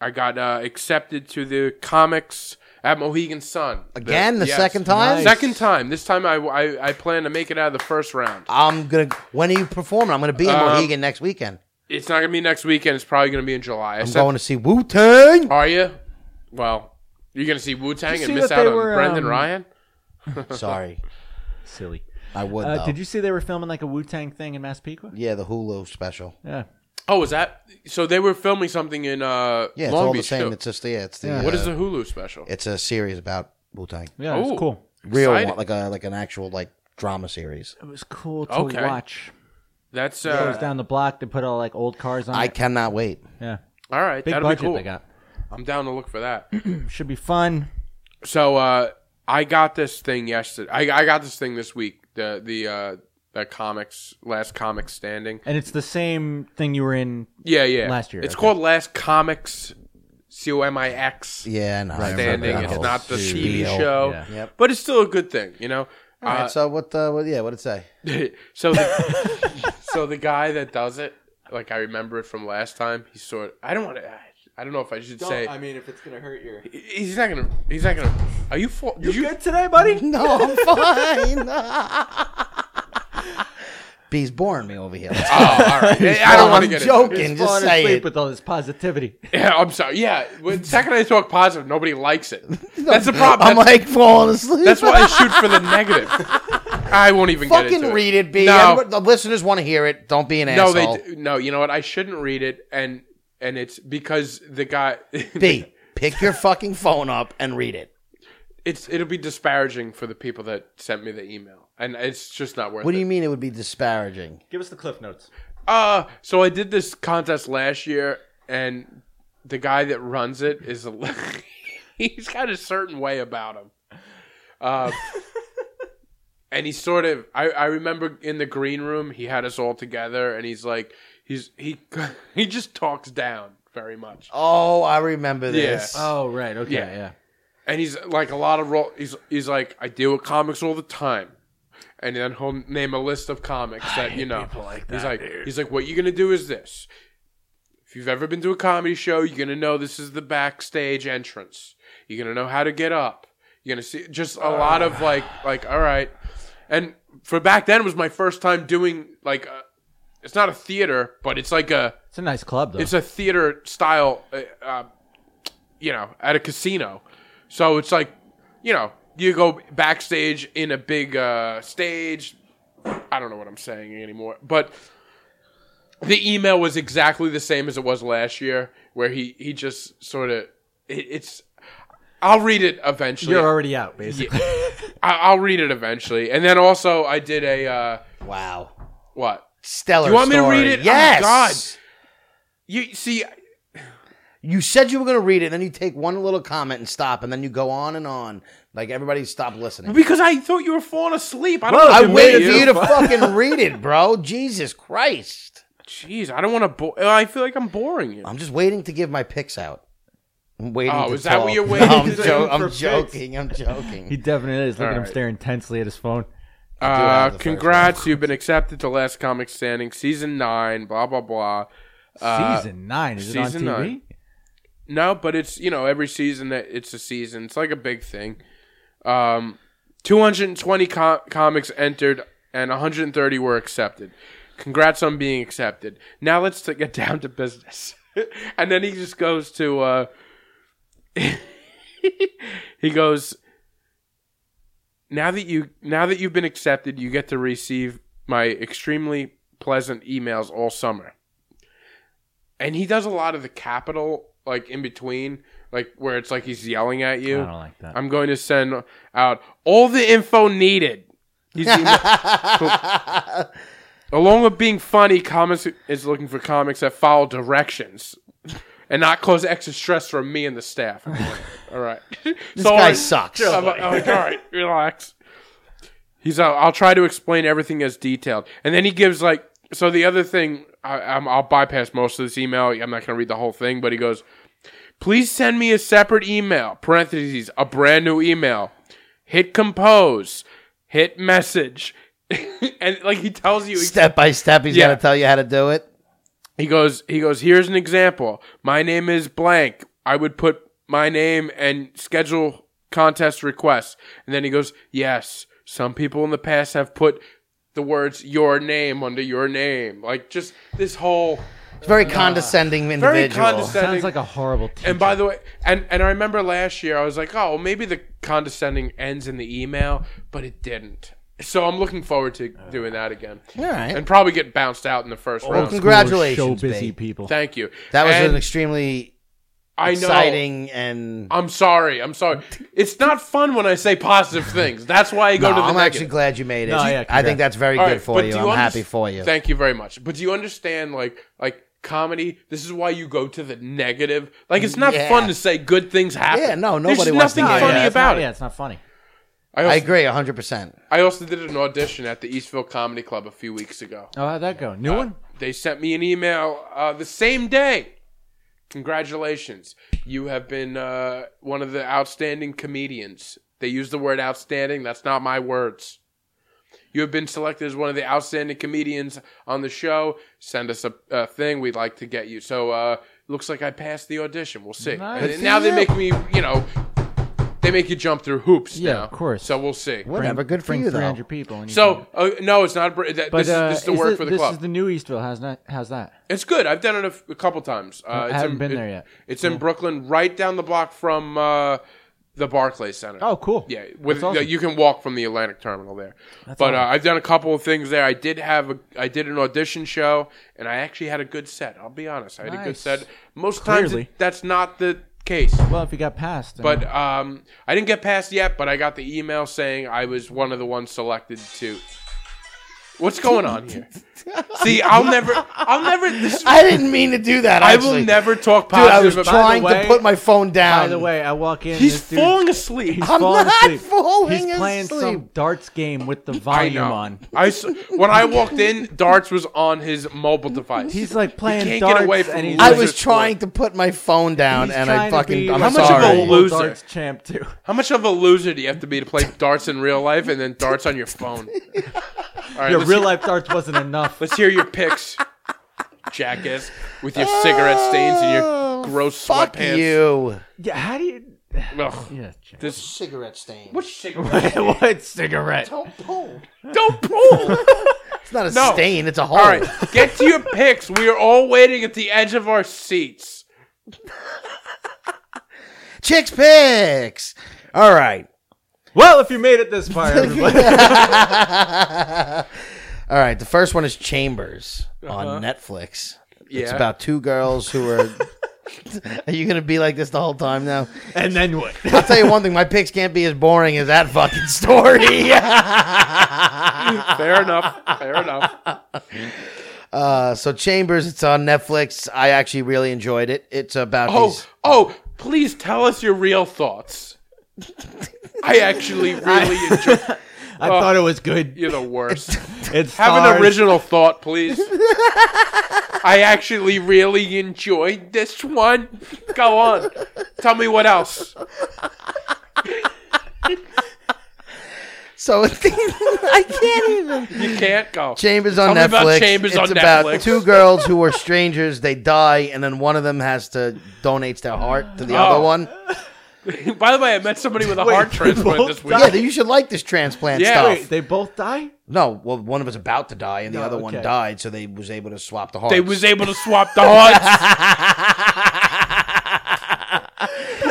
I got uh, accepted to the comics at Mohegan Sun
Again, the
yes.
second time.
Second time. This time I, I, I plan to make it out of the first round.
I'm gonna. When are you performing? I'm gonna be in
Um,
Mohegan next weekend.
It's not going to be next weekend. It's probably going to be in July. I
I'm
said- Uh,
going to see Wu Tang.
Are you? Well, you're going to see Wu Tang
you
and
see
miss
that
out
they
on
were,
Brendan
um,
Ryan?
Sorry,
Silly.
I would.
Uh,
though.
Did you see they were filming like a Wu Tang thing in Massapequa?
Yeah, the Hulu special.
Yeah.
Oh, is that? So they were filming something in uh,
Yeah, it's
Long
all
Beach.
the same.
too.
It's just yeah, it's the.
Yeah.
What
uh,
is the Hulu special?
It's a series about Wu Tang.
Yeah, it
Ooh.
was cool.
Real
Exciting.
one, like a like an actual like drama series.
It was cool to
Okay.
watch.
That's
It was
uh,
down the block. They put all like old cars on.
I
it.
cannot wait.
yeah,
all right.
big
That'll be
budget
cool.
they got.
I'm down to look for that.
Should be fun.
So uh, I got this thing yesterday. I, I got this thing this week. The the uh, the comics last comic standing.
And it's the same thing you were in.
Yeah, yeah.
Last year,
It's
okay.
called Last Comics, C O M I X
Yeah, I know. I remember
standing.
that
It's
whole
not the TV
spiel.
show,
Yeah.
Yep.
but it's still a good thing, you know.
All right, so what? Uh, what? Yeah, what did it say?
Uh, so, the, so the guy that does it, like I remember it from last time. He sort. I don't want to. I don't know if I should say.
I mean, if it's gonna hurt your.
he's not gonna. He's not gonna. Are you? Fall, did you?
Good today, buddy.
No, I'm fine. Bees boring me over here.
Oh, all right. I don't want to get
I'm
into this.
joking. Just
Falling
say
asleep
it.
with all this positivity.
Yeah, I'm sorry. Yeah, when the second I talk positive, nobody likes it. That's the problem.
I'm
That's-
like falling asleep.
That's why I shoot for the negative. I won't even get
fucking
into
read
it.
it, B.
No.
Everybody- The listeners want to hear it. Don't be an
No,
asshole.
they d- no. You know what? I shouldn't read it, and and it's because the guy.
B. Pick your fucking phone up and read it.
it's it'll be disparaging for the people that sent me the email, and it's just not worth
What
it.
do you mean it would be disparaging?
Give us the cliff notes.
Uh, so I did this contest last year, and the guy that runs it is a, he's got a certain way about him. Uh, and he's sort of I, I remember in the green room he had us all together, and he's like he's he he just talks down very much,
Oh, I remember this.
Oh right. Okay.
Yeah.
Yeah.
and he's like a lot of role. He's he's like I deal with comics all the time. And then he'll name a list of comics that you know. he's like, he's like, what you're gonna do is this. If you've ever been to a comedy show, you're gonna know this is the backstage entrance. You're gonna know how to get up. You're gonna see just a lot of like, like, all right. And for back then, it was my first time doing like, a, it's not a theater, but it's like a,
It's a nice club though.
it's a theater style, uh, uh, you know, at a casino. So it's like, you know, you go backstage in a big uh, stage. I don't know what I'm saying anymore, but the email was exactly the same as it was last year, where he he just sort of it, it's. I'll read it eventually.
You're already out basically.
I, I'll read it eventually, and then also I did a uh,
Wow.
what?
Stellar.
You want me to
story.
read it? Oh,
Yes.
God. You see,
You said you were going to read it, and then you take one little comment and stop, and then you go on and on. Like everybody stopped listening.
because I thought you were falling asleep. I don't
I
know if you
waited
made
for
it.
you to fucking read it, bro. Jesus Christ.
Jeez, I don't want to. Bo- I feel like I'm boring you.
I'm just waiting to give my picks out. I'm waiting.
Oh,
to
is that what
talk.
you're waiting
No, I'm,
to do
jo-
for
I'm
picks?
joking. I'm
He
joking.
definitely is. Look at him
Alright.
stare intensely at his phone.
do have
Uh,
the first
congrats, you've been accepted to Last Comic Standing season nine. Blah blah blah. Uh,
season nine is
season
it on TV?
nine. No, but it's you know every season that it's a season. It's like a big thing. Um, 220 com- comics entered and 130 were accepted. Congrats on being accepted. Now let's t- get down to business. and then he just goes to uh, he goes. Now that you now that you've been accepted, you get to receive my extremely pleasant emails all summer and he does a lot of the capital like in between like where it's like he's yelling at
I
you
don't like that.
i'm going to send out all the info needed He's email- along with being funny comics is looking for comics that follow directions and not cause extra stress from me and the staff all right
this
So, all
guy
right.
sucks.
I'm like, I'm like, all right, relax. He's out. I'll try to explain everything as detailed, and then he gives like so. The other thing, I, I'm, I'll bypass most of this email. I'm not going to read the whole thing, but he goes, "Please send me a separate email." Parentheses, a brand new email. Hit compose. Hit message, and like he tells you
Step by step, he's
Yeah.
gonna tell you how to do it.
he goes he goes here's an example my name is blank i would put my name and schedule contest requests and then he goes yes some people in the past have put the words your name under your name like just this whole
It's very condescending individual.
very condescending
Sounds like a horrible teacher.
and by the way, and, and I remember last year I was like, oh, well, maybe the condescending ends in the email, but it didn't. So I'm looking forward to doing that again,
All right.
and probably get bounced out in the first
well,
round.
congratulations,
show busy
babe.
people.
Thank you.
That was an
And
extremely
I know-
exciting and.
I'm sorry. I'm sorry. It's not fun when I say positive things. That's why I go
No,
to the
I'm
negative.
actually glad you made it.
No, yeah,
I
congrats.
think that's very
All
good
right,
for
but
you.
do
I'm
under-
happy for you.
Thank you very much. But do you understand, like, like comedy? This is why you go to the negative. Like, it's not
Yeah.
fun to say good things happen.
Yeah, no,
There's
nobody wants to
nothing
hear
funny
that.
it's
about
not,
it.
Yeah, it's not funny.
I, also,
I agree 100%.
I also did an audition at the Eastville Comedy Club a few weeks ago.
Oh, how'd that go?
Uh,
New one?
They sent me an email uh, the same day. Congratulations. You have been uh, one of the outstanding comedians. They use the word outstanding. That's not my words. You have been selected as one of the outstanding comedians on the show. Send us a, a thing. We'd like to get you. So, uh, looks like I passed the audition. We'll see.
Nice.
And
Good for
now they
you.
make me, you know, they make you jump through hoops.
Yeah,
now.
of course.
So we'll see.
Whatever. Good for
Bring
you,
300
though.
people. And you
So,
can-
uh, no, it's not. a br- That,
but
this, is,
uh,
this is the
is
work
it-
for the
this
club.
is the new Eastville. How's that? How's that?
It's good. I've done it a, f- a couple times. Uh, it's
haven't
in-
been
it-
there yet.
It's in Brooklyn, right down the block from uh, the Barclays Center.
Oh, cool.
yeah, with
That's awesome.
you can walk from the Atlantic Terminal there. but uh, I've done a couple of things there. I did have a, I did an audition show, and I actually had a good set. I'll be honest, I had a good
Nice.
set. Most times
Clearly.
it- that's not the case.
Well, if you got uh, past, then-
But um, I didn't get past yet. But I got the email saying I was one of the ones selected to. What's going on here? See, I'll never, I'll never. This is
I didn't mean to do that.
I
actually.
will never talk
Dude, I was
positive. about-
trying
way-
to put my phone down.
by the way, I walk in.
um, He's
this dude-
falling asleep.
He's
I'm
falling
not
asleep.
falling
He's playing some
asleep.
darts game with the
I
volume
know.
on.
I s- when I walked in, darts was on his mobile device.
He's like playing
can't get
darts.
away from
and he's
losers.
I
like-
was
Just
trying to put my phone down,
he's
and
trying
I
to
fucking.
be
I'm
the
much of a
sorry.
loser-
Darts champ too.
How much of a loser do you have to be to play darts in real life and then darts on your phone? All right,
Your
let's,
real life darts wasn't enough.
let's hear your picks, jackass, with your cigarette stains and your gross
Fuck
sweatpants.
you.
Yeah, how do you?
Ugh.
Yeah,
This
Cigarette stain.
what cigarette?
what cigarette?
Don't pull.
Don't pull.
It's not a
No.
stain. It's a hole.
All right, get to your picks. We are all waiting at the edge of our seats.
Chicks picks. All right.
Well, if you made it this far, everybody.
All right. The first one is Chambers on Netflix. It's
Uh-huh. Yeah.
about two girls who are. are you gonna be like this the whole time now?
and then what?
I'll tell you one thing. My picks can't be as boring as that fucking story.
Fair enough. Fair enough.
Uh, so Chambers, it's on Netflix. I actually really enjoyed it. It's about
Oh,
these-
oh, please tell us your real thoughts. I actually really enjoy.
I thought it was good.
You're the worst.
It's
Have an original thought, please. I actually really enjoyed this one. Go on. Tell me what else.
So I can't even.
You can't go.
Chambers on
Tell me
Netflix.
about Chambers
it's
on
about
Netflix.
two girls who are strangers. They die, and then one of them has to donates their heart to the
Oh.
other one.
By the way, I met somebody with a
Wait,
heart
they
transplant
both
this week.
Yeah, you should like this transplant
Yeah.
stuff.
Wait, they both die?
No, well, one of us about to die, and the
No,
other one
okay.
died, so they was able to swap the hearts.
They was able to swap the hearts.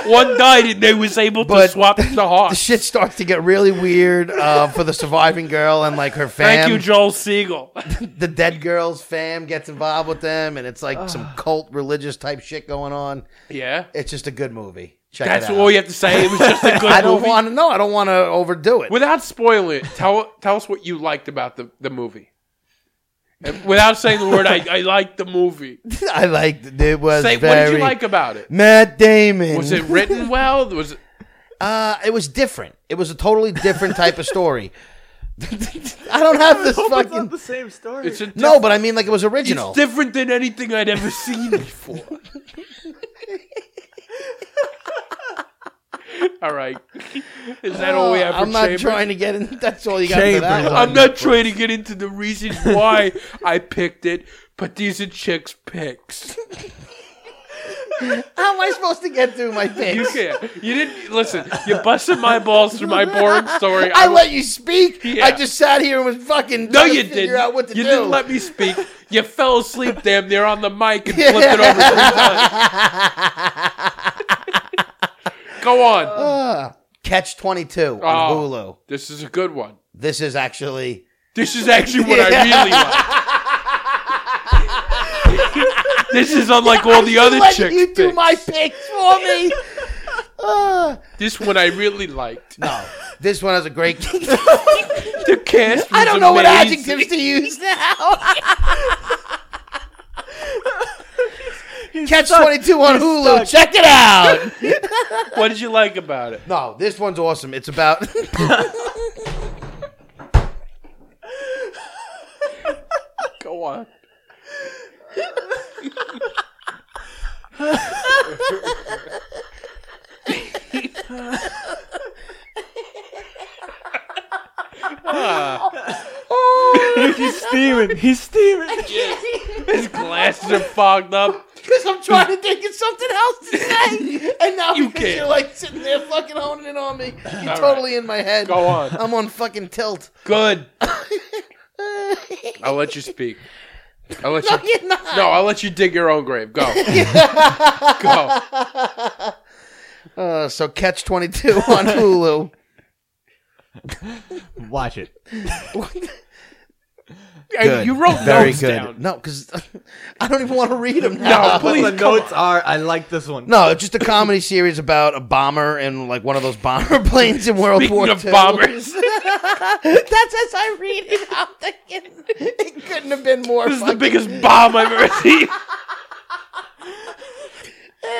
One died and they was able to
But-
swap the
the
hearts.
shit starts to get really weird uh, for the surviving girl and like her fam.
Thank you, Joel Siegel.
the dead girl's fam gets involved with them, and it's like some cult religious type shit going on.
yeah.
It's just a good movie. Check
That's
it out.
all you have to say. It was just a good
I don't
movie.
want to. No, I don't want to overdo it.
Without spoiling it, tell tell us what you liked about the, the movie. And without saying the word, I, I liked the movie.
I liked it was
Say
very.
what did you like about it?
Matt Damon.
Was it written well? Was it,
Uh, it was different. It was a totally different type of story. I don't have this
Hope it's
fucking.
not the same story.
it's a diff-
No, but I mean, like it was
it's
original.
different than anything I'd ever seen before. all right, is that all we have? For
Oh, I'm not
Chambers?
trying to get in. That's all you got for that
Chambers.
one.
I'm not trying to get into the reasons why I picked it, but these are chicks' picks.
How am I supposed to get through my
You
picks?
can't. You didn't listen. You busted my balls through my boring story.
I
was-
let you speak.
Yeah.
I just sat here and was fucking.
No,
trying to
you
figure
didn't.
Out what to
you
do.
didn't let me speak. You fell asleep damn near on the mic and flipped it over. three times. Go on.
Ah. Catch 22 on
Oh.
Hulu.
This is a good one.
This is actually.
This is actually what I really like. this is unlike all the other
Let
chicks.
you do
picks.
my picks for me. Ah.
this one I really liked.
no, this one has a great.
The cast.
I
was
don't know what
amazing.
adjectives to use now. Catch 22 on Hulu. Check it out.
What did you like about it?
No, this one's awesome. It's about.
Go on.
He's steaming. He's steaming.
His glasses are fogged up.
Because I'm trying to think of something else to say. And now
You
because
can't.
you're like sitting there fucking honing in on me. You're
All
totally in my head.
Go on.
I'm on fucking tilt.
Good. I'll let you speak. I'll let
No,
you.
you're not.
No, I'll let you dig your own grave. Go. Go.
Uh, so catch 22 on Hulu.
Watch it.
Hey, You wrote notes down.
No, because I don't even want to read them
No,
now.
please.
the
come
notes are. I like this one.
No, it's just a comedy series about a bomber and like one of those bomber planes in World
Speaking
War
of
II.
bombers,
That's as I read it. I'm thinking it couldn't have been more.
this is the
fucking-
biggest bomb I've ever seen.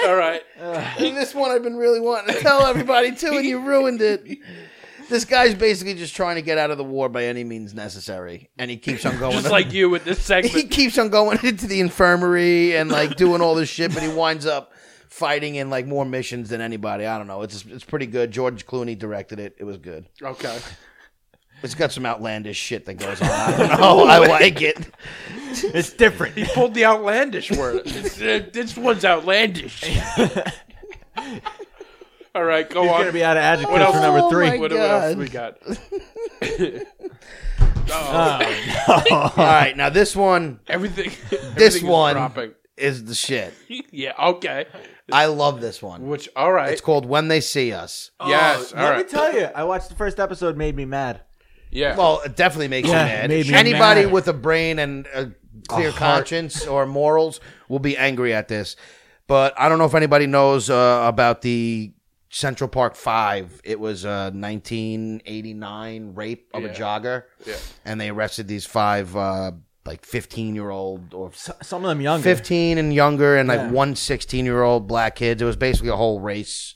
All right.
And this one I've been really wanting to tell everybody too, and you ruined it. This guy's basically just trying to get out of the war by any means necessary, and he keeps on going.
Just like you with this
he
segment.
keeps on going into the infirmary and like doing all this shit, but he winds up fighting in like more missions than anybody. I don't know. It's it's pretty good. George Clooney directed it. It was good.
Okay.
It's got some outlandish shit that goes on. I don't know. I like it.
It's different.
He pulled the outlandish word. It's, uh, this one's outlandish. All right, go
He's
on.
gonna be out of adjectives
What else?
for number
Oh
three.
my
what, what else
God.
we got?
All right, now this one
Everything.
this
everything is
one
dropping.
is the shit.
yeah. Okay.
I love this one.
Which all right.
It's called When They See Us.
yes.
Oh,
all
let
right.
me tell you, I watched the first episode. Made me mad.
yeah.
Well, it definitely makes
Yeah, it
you
made
mad.
me
Anybody
mad.
with a brain and a clear conscience or morals will be angry at this. But I don't know if anybody knows uh, about the Central Park Five. It was a 1989 rape of
Yeah.
a jogger,
Yeah.
and they arrested these five, uh, like 15 year old or
S- some of them younger.
15 and younger, and
Yeah.
like one 16 year old black kids. It was basically a whole race,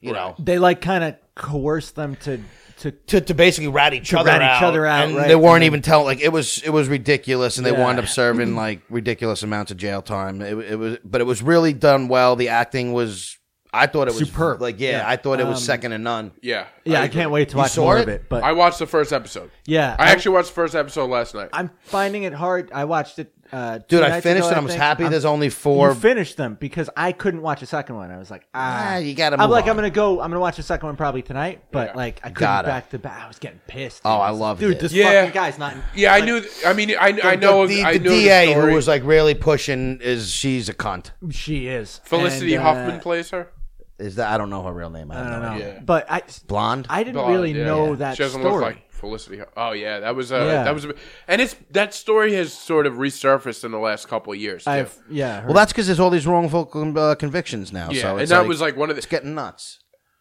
you know.
They like kind of coerce them to to
to, to basically rat each
To
other
rat
out.
each other out,
and
right.
they weren't even telling. Like it was it was ridiculous, and they
Yeah.
wound up serving like ridiculous amounts of jail time. It, it was, but it was really done well. The acting was, I thought it was
Superb.
Like yeah,
Yeah.
I thought it was
Um,
second to none.
Yeah.
yeah. I,
agree.
can't wait to watch
saw
more
it?
of it. But
I watched the first episode.
yeah,
I
I'm-
actually watched the first episode last night.
I'm finding it hard. I watched it. Uh,
Dude,
two
I
nights
finished
ago,
and I was
think.
happy.
I'm-
There's only
you
four.
finished them because I couldn't watch a second one. I was like, ah,
Ah, you gotta
I'm
move
like,
on.
I'm gonna go. I'm gonna watch the second one probably tonight, but
Yeah.
like, I couldn't
Gotta.
back to back. I was getting pissed.
oh, I
was
loved
like, dude.
it.
This
Yeah.
fucking guy's not.
yeah, I knew. I mean, I, I know.
the,
of- I
the
knew
DA
the story.
who was like really pushing is she's a cunt.
She is
Felicity
And, uh,
Huffman plays her.
Is that I don't know her real name. I, have
I don't
no
know,
idea.
Yeah.
but I,
Blonde.
I didn't
Blonde,
really
yeah.
know
Yeah.
that
she doesn't
story.
look like Felicity. Huff- Oh yeah, that was uh,
Yeah.
that was, a, and it's that story has sort of resurfaced in the last couple of years. Too.
I've yeah.
well, that's because there's all these wrongful con- uh, convictions now.
yeah,
so
and
it's
that
like,
was like one of
it's
the,
getting nuts.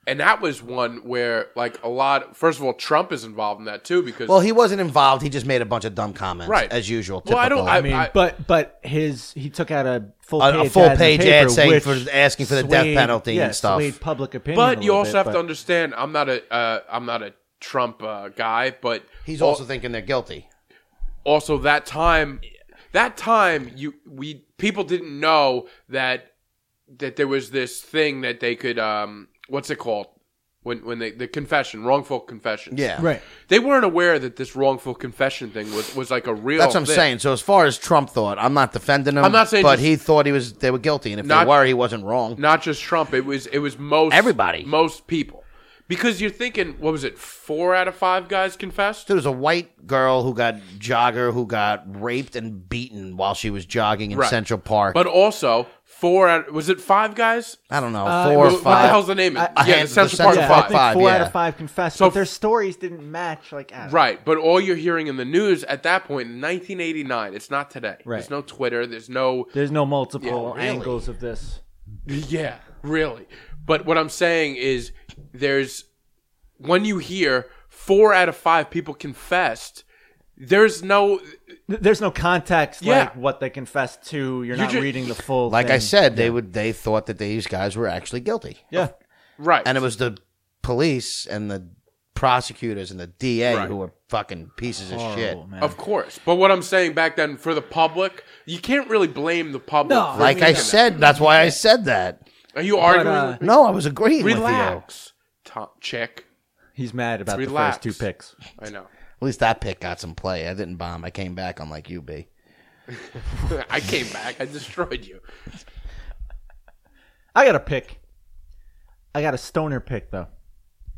and that was one where like a lot. First of all, Trump is involved in that too because
Well, he wasn't involved. He just made a bunch of dumb comments,
Right.
As usual.
Well, I don't-
typical.
I-
I mean,
I-
but but his he took out a full
A- a
page
full
ad in the
page ad
paper,
saying
which
for- asking for the death
swayed-
penalty and
yeah,
stuff.
Swayed public opinion,
But
a
you
little
also
bit,
have
but-
to understand, I'm not a uh, I'm not a Trump uh, guy, but
He's
al-
also thinking they're
oh,
guilty.
also that time that time you we people didn't know that that there was this thing that they could um what's it called when when they the confession wrongful confession
Yeah.
right.
they weren't aware that this wrongful confession thing was was like a real
That's what I'm
thing.
saying. So as far as Trump thought, I'm not defending him.
I'm not saying
but
just-
he thought he was they were guilty, and if
Not-
they were, he wasn't wrong.
not just Trump. It was it was most
Everybody.
most people because you're thinking what was it four out of five guys confessed
There was a white girl who got jogger who got raped and beaten while she was jogging in
Right.
Central Park.
but also four out was it five guys
I don't know,
Uh,
four
Wh-
or
what, the
five.
hell's the name? Of it?
I-
yeah,
I-
the Central
the
Park
Central
Yeah,
Five,
I
Five.
five,
think four
yeah.
out of five confessed,
So-
but their stories didn't match. Like I don't know.
Right, but all you're hearing in the news at that point, 1989. It's not today.
Right.
There's no Twitter. There's no.
There's no multiple
Yeah, really.
angles of this.
Yeah, really. But what I'm saying is, there's when you hear four out of five people confessed. There's no.
Th- There's no context,
Yeah.
like what they confessed to. You're
You
not
ju-
reading the full.
like I
thing.
said, they would they thought that these guys were actually guilty.
yeah,
Right.
And it was the police and the prosecutors and the DA
Right. Oh,
who were fucking pieces of shit.
Horrible, Oh, man.
Of course. But what I'm saying back then for the public, you can't really blame the public.
No.
for
Like
thinking
I
that.
said, that's why I said that.
Are you arguing?
uh,
with-
No, I was agreeing with you.
relax, Tom, chick.
He's mad about
Relax.
the first two picks.
I know.
At least that pick got some play. I didn't bomb. I came back on like you, B.
I came back. I destroyed you.
I got a pick. I got a stoner pick though.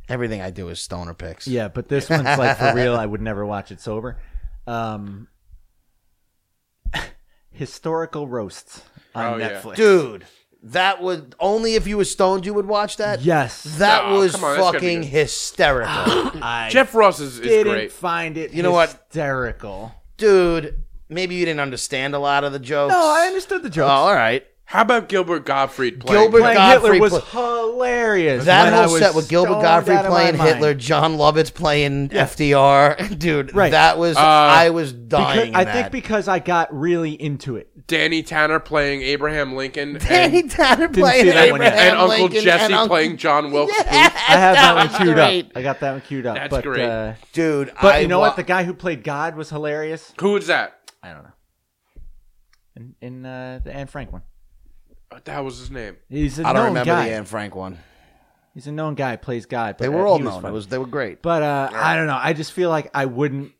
Everything I do is stoner picks.
Yeah, but this one's like for real. I would never watch it sober. Um, historical roasts on
Oh, yeah.
Netflix,
Dude, that would only if you were stoned you would watch that.
Yes,
That
Nah,
was
Oh, come on, that's gotta be
fucking
good.
hysterical.
I
Jeff Ross is, is
didn't
great.
find it.
You know what?
Hysterical.
Dude, maybe you didn't understand a lot of the jokes.
No, I understood the
Oh,
joke.
all right.
How about Gilbert Gottfried playing?
Gilbert
playing
Gottfried
Hitler was
play-
hilarious.
That
when I
whole
was
set with Gilbert
stoned
Godfrey
out of my
playing
mind.
Hitler, John Lovitz playing FDR, dude.
Right.
That
Uh,
was I was dying.
Because- I
in
think
that.
because I got really into it.
Danny Tanner playing Abraham Lincoln?
Danny
and,
Tanner playing
see that one
Abraham
yet.
and Uncle
Lincoln
Jesse
and Uncle-
playing John Wilkes
Yeah,
Booth?
I have that,
was
one queued
great.
up. I got that one queued up.
That's
but,
great.
Uh,
dude.
but
I
you know
wa-
what? The guy who played God was hilarious.
Who is that?
I don't know. In, in uh, the Anne Frank one,
What the hell was his name?
he's a
I don't
known
remember
guy.
the Anne Frank one.
He's a known guy. Plays God. But,
They
uh,
were all
he was
known.
funny.
It was they were great.
But uh, I don't know. I just feel like I wouldn't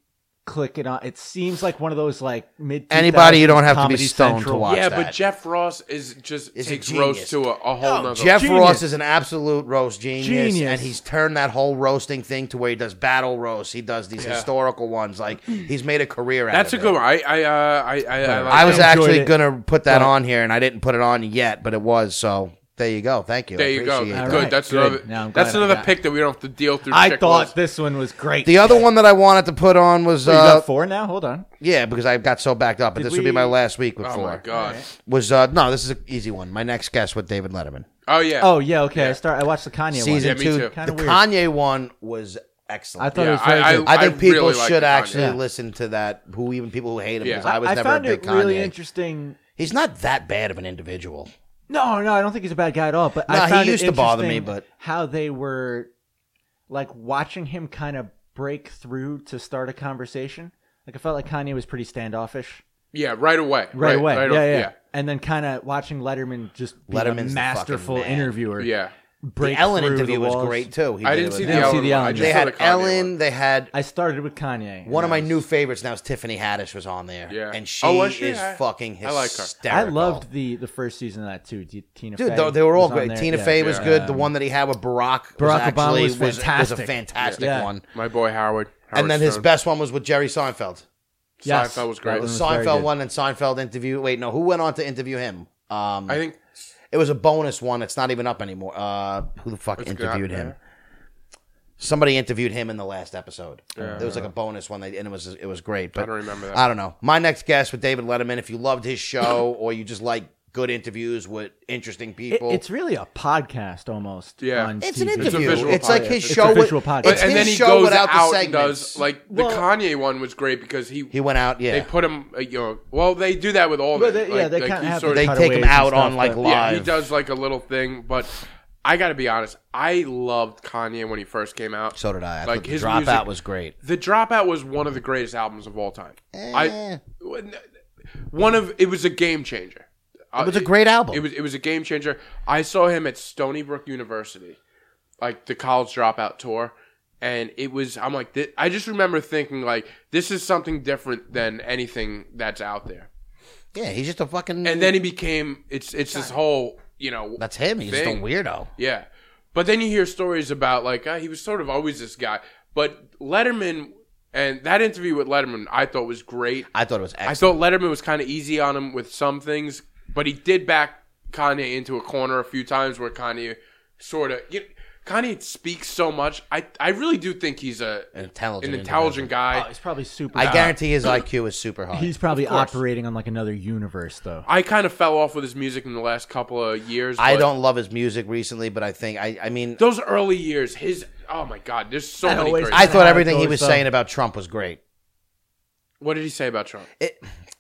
click it on. It seems like one of those like mid.
Anybody you don't have to be
2000s
stoned to
Central-
watch.
yeah,
that.
but Jeff Ross is just
Is a
takes
genius.
roast to a, a whole nother.
Jeff
Oh, Genius.
Ross is an absolute roast genius,
Genius.
and he's turned that whole roasting thing to where he does battle roasts. He does these
Yeah.
historical ones. Like he's made a career. out
That's a
of
good
it.
one. I I uh, I I, I, like
I was
that.
enjoyed
actually
it.
gonna put that
But-
on here, and I didn't put it on yet, but it was. So there you go. Thank you. I
There you go. Good.
appreciate that.
All right,
That's
good.
another.
Now I'm glad
that's
I
another
got-
pick that we don't have to deal through.
I
chick
thought
lists.
this one was great.
The other one that I wanted to put on was
Wait, you
uh,
got four now. Hold on.
yeah, because I got so backed up. But
Did
this would be my
we-
last week with
Oh
four.
my god.
Was uh, no, this is an easy one. My next guest with David Letterman,
Oh yeah.
Oh yeah. Okay. I start. I watched the Kanye
season
one.
me
two.
too.
Kinda
the
weird.
Kanye one was
I
excellent.
thought it
Yeah,
was very
I-
good.
I, think people
really like
should
the Kanye.
actually
Yeah.
listen to that. Who even people who hate him
Yeah.
because I was never
found
a big
it really
Kanye.
interesting.
He's not that bad of an individual.
No, no, I don't think he's a bad guy at all. But
Nah,
I
he
found it
used to bother me,
interesting
but-
how they were like watching him kind of break through to start a conversation. Like I felt like Kanye was pretty standoffish
Yeah, right away.
right, away.
right
yeah,
off-
yeah, And then kind of watching Letterman just be a
Letterman's the
masterful
fucking man.
interviewer.
yeah. yeah.
break
the Ellen
through the
interview was
walls.
great too. He
I
did
didn't
with
see
him.
the
see
Ellen.
the
one. I
Ellen.
just
They
saw
had
the Kanye
Ellen.
one.
They had
I started with Kanye. and
one of
that
my
was-
new favorites now is Tiffany Haddish was on there.
Yeah.
and she
Oh, was she?
is
I-
fucking
I like her. I
hysterical.
I loved the the first season of that too. T- Tina
Dude,
Fey
though, they were all
was on
great.
there.
Tina
Yeah.
Fey was
Yeah.
good. the
Um,
one that he had with Barack, was
Barack Obama
actually
was
was, was a
fantastic.
fantastic
Yeah.
one.
My boy Howard. Howard
And then his
Stern.
best one was with Jerry Seinfeld.
Yes.
Seinfeld was great.
That was very
Seinfeld
good.
one and Seinfeld interview. Wait, no, who went on to interview him? Um,
I think
it was a bonus one. It's not even up anymore. Uh, who the fuck
It's got
interviewed him?
there.
Somebody interviewed him in the last episode. there was like a bonus one, they, and it was it was great. But
I don't remember that.
I don't know. My next guest with David Letterman. If you loved his show or you just like good interviews with interesting
It-
people,
it's really a podcast almost.
Yeah.
on
It's an
TV.
It's a
interview. It's,
visual
like
podcast.
his
It's a
show.
visual
with, it's
podcast. But-
and
his
then he
show
goes
without
out
the
and
segments.
does like the
Well-
Kanye one was great because he,
he went out.
they
Yeah,
put him uh, you know well they do that with all of
Well,
it.
they- yeah,
Like-
they
like,
kinda
he
have
sort
the
they
cutaways
take him
and
out
stuff,
on like
but-
yeah he
live.
does like a little thing but I got to be honest I loved Kanye when he first came out
So did I. I
Like,
thought the
his
dropout
music-
was great.
The Dropout was one of the greatest albums of all time
Eh.
I one of it was a game changer Uh,
It was a great album.
It was it was a game changer. I saw him at Stony Brook University, like the college dropout tour, and it was. I'm like, thi- I just remember thinking like, this is something different than anything that's out there.
yeah, he's just a fucking.
And then he became. It's it's this whole you know
that's him. He's just a
Thing.
weirdo.
yeah. But then you hear stories about like uh, he was sort of always this guy, but Letterman and that interview with Letterman I thought was great.
I thought it was
I
excellent.
thought Letterman was kind of easy on him with some things, but he did back Kanye into a corner a few times where Kanye sort of you Kanye speaks so much. I I really do think he's a
An
an
intelligent,
intelligent
individual.
Oh,
guy.
he's probably super.
I guarantee his IQ is super high.
he's probably operating on like another universe though.
I kind of fell off with his music in the last couple of years.
I
but
don't love his music recently, but I think I. I mean,
Those early years, his oh my god, there's so
That
many.
always-
Great,
I thought
how it
everything he
goes,
was
though.
saying about Trump was great.
what did he say about Trump?
It,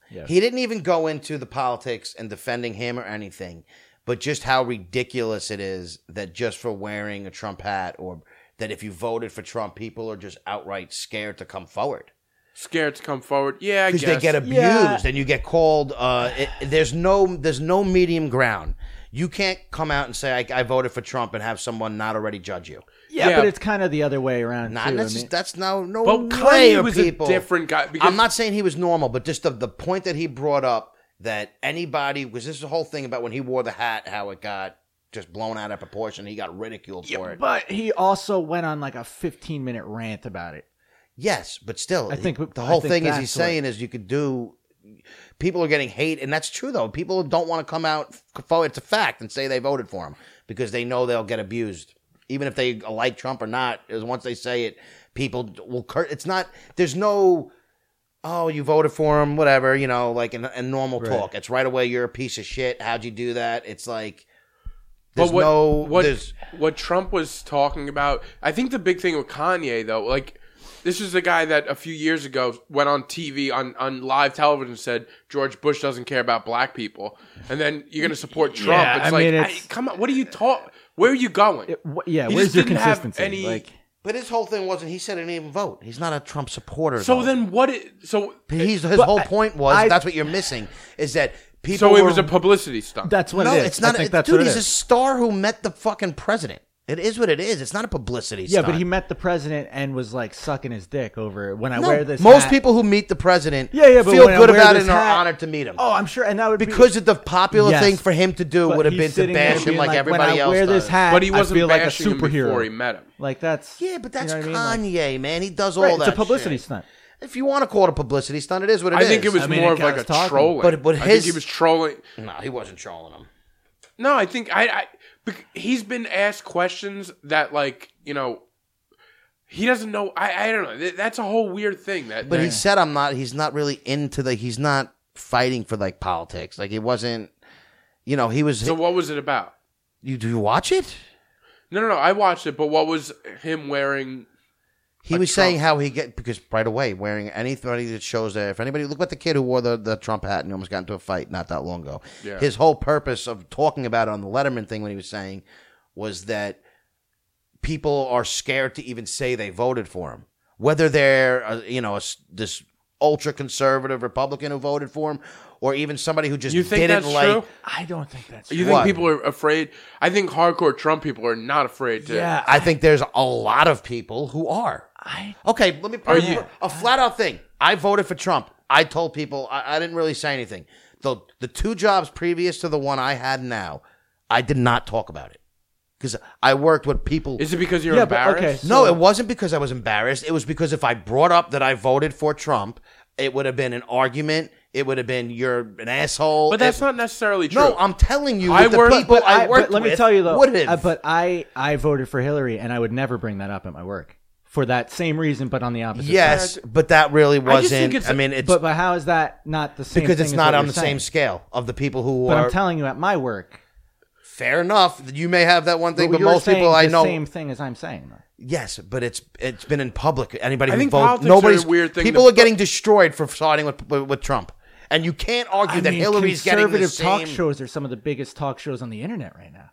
He didn't even go into the politics and defending him or anything, but just how ridiculous it is that just for wearing a Trump hat or that if you voted for Trump, people are just outright scared to come forward
Scared to come forward? Yeah, I
because
guess
they get abused
Yeah.
and you get called. Uh, it, there's no there's no medium ground. You can't come out and say I, I voted for Trump and have someone not already judge you.
Yeah,
Yeah.
but it's kind of the other way around
Not
too. I
that's,
mean-
that's no no
But
way
Kanye
of
was
people.
a different guy. Because
I'm not saying he was normal, but just the, the point that he brought up that anybody was this is the whole thing about when he wore the hat, how it got just blown out of proportion. He got ridiculed for it.
but he also went on like a 15 minute rant about it.
yes, but still,
I think-
the
I
whole
think
thing is
that's
he's saying is you could do. People are getting hate, and that's true though. People don't want to come out forward. It's a fact and say they voted for him because they know they'll get abused, even if they like Trump or not. Is once they say it, people will. Cur- it's not. There's no. oh, you voted for him, whatever, you know, like in, in normal talk. It's right away, you're a piece of shit. How'd you do that? It's like, there's
But what,
no,
what,
there's,
what Trump was talking about. I think the big thing with Kanye though, like this is the guy that a few years ago went on TV on, on live television and said George Bush doesn't care about black people, and then you're going to support Trump.
Yeah,
it's
I
like,
mean,
I-
it's-
come on, what are you talk? Where are you going?
It- wh- yeah,
He
where's
just
your
didn't have
consistency?
any-
like,
but his whole thing wasn't, he said he didn't even vote. He's not a Trump supporter.
so
though.
then what? i- so
he's, his
But
whole
I-
point was,
I-
that's what you're missing, is that people
so it
were-
was a publicity stunt.
that's what
no,
it is.
it's not, a,
I think that's
dude,
what it
he's a
is.
star who met the fucking president. It is what it is. It's not a publicity
Yeah,
stunt.
but he met the president and was like sucking his dick over it. when I
No,
wear this.
most
hat-
people who meet the president
Yeah, yeah, but
feel
when I
good
wear
about it
this
and are
hat-
honored to meet him.
Oh, I'm sure, and that would
because
be,
of the popular
Yes.
thing for him to do
But
would have
he's
been to
sitting there
bash him
being
like, everybody
when I
else
Wear
does.
this hat,
but he
I
wasn't
feel like a
bashing him
superhero.
before he met him.
Like that's
yeah, but that's
you know what I
Kanye,
mean? Like,
man. He does all
right,
that.
it's a publicity
shit.
stunt.
If you want to call it a publicity stunt, it is what it is.
I think it was
I mean,
more of
it
like
got us
a
talking.
trolling.
But- but
I think
his-
he was trolling.
No, he wasn't trolling him.
No, I think I, I bec- he's been asked questions that like you know he doesn't know. I I don't know. Th- That's a whole weird thing. That
But
that-
he said, "I'm not." He's not really into the. He's not fighting for like politics. Like it wasn't. You know, he was.
so what was it about?
you do you watch it?
No, no, no. I watched it, but what was him wearing?
He
A
was
Trump.
saying how he get because right away wearing anybody that shows that if anybody look at the kid who wore the, the Trump hat and almost got into a fight not that long ago.
Yeah.
His whole purpose of talking about it on the Letterman thing when he was saying was that people are scared to even say they voted for him, whether they're uh, you know a s this ultra conservative Republican who voted for him, or even somebody who just
You think
didn't
that's
like.
true?
I don't think that's
You
true.
think
What?
people are afraid? I think hardcore Trump people are not afraid to.
yeah,
I think there's a lot of people who are.
I
Okay, let me
Are you-
a flat out thing. I voted for Trump. I told people I, I didn't really say anything. The the two jobs previous to the one I had now, I did not talk about it because I worked with people.
Is it because you're
Yeah, but-
embarrassed?
okay.
no,
so-
it wasn't because I was embarrassed. It was because if I brought up that I voted for Trump, it would have been an argument. It would have been you're an asshole.
But that's
It-
not necessarily true.
no. I'm telling you,
I
with the
worked-
people I,
but
worked
let me
with
tell you though.
would have.
uh, but I I voted for Hillary, and I would never bring that up at my work for that same reason, but on the opposite. side.
yes, but that really
I just think
wasn't.
it's-
I, mean, it's
But but how is that not the same?
because
thing
it's
as
not
what
on
you're
the same
saying?
scale of the people who
But
are.
I'm telling you, at my work,
fair enough. You may have that one thing, but,
you're
most
saying
people I
the
know.
same thing as I'm saying. though.
Yes, but it's it's been in public. Anybody
I
who
think
votes,
politics are a
nobody's
weird thing
People
to-
are getting destroyed for siding with with, with Trump, and you can't argue
I
that
mean,
Hillary's getting the
conservative
same.
talk shows are some of the biggest talk shows on the internet right now.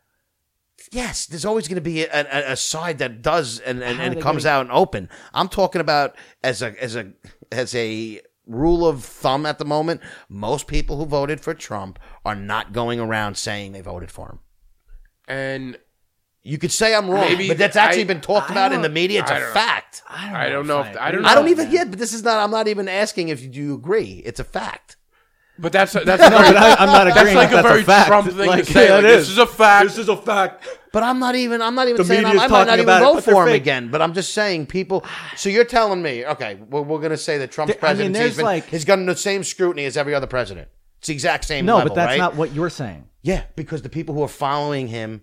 Yes, there's always going to be a, a, a side that does and, and,
How are
and
they
comes
gonna-
out and open. I'm talking about as a as a as a rule of thumb at the moment. Most people who voted for Trump are not going around saying they voted for him.
and
You could say I'm wrong,
Maybe
but that's
th-
actually
I-
been talked
I
about in the
don't-
media. It's
I
a
don't know.
fact.
I don't.
I don't know if- I don't know.
agree with
I don't
that.
even yeah, but this is not. I'm not even asking if you do you agree. It's a fact.
but that's that's a very,
But I, I'm not
that's
agreeing.
like
that
a
that's
very
fact.
Trump thing
Like,
to say.
yeah,
like,
it
this is a fact.
is a fact.
But I'm not even. I'm not even
The
saying I'm,
media's
I might not
talking
even
about it,
vote
but
for
they're
him
fake.
again. But I'm just saying, people. So you're telling me, okay, we're, we're going to say that Trump's
There- I mean,
presidency
there's
has been,
like-
has gotten the same scrutiny as every other president. It's the exact same.
No,
level,
but that's
right?
not what you're saying.
Yeah, because the people who are following him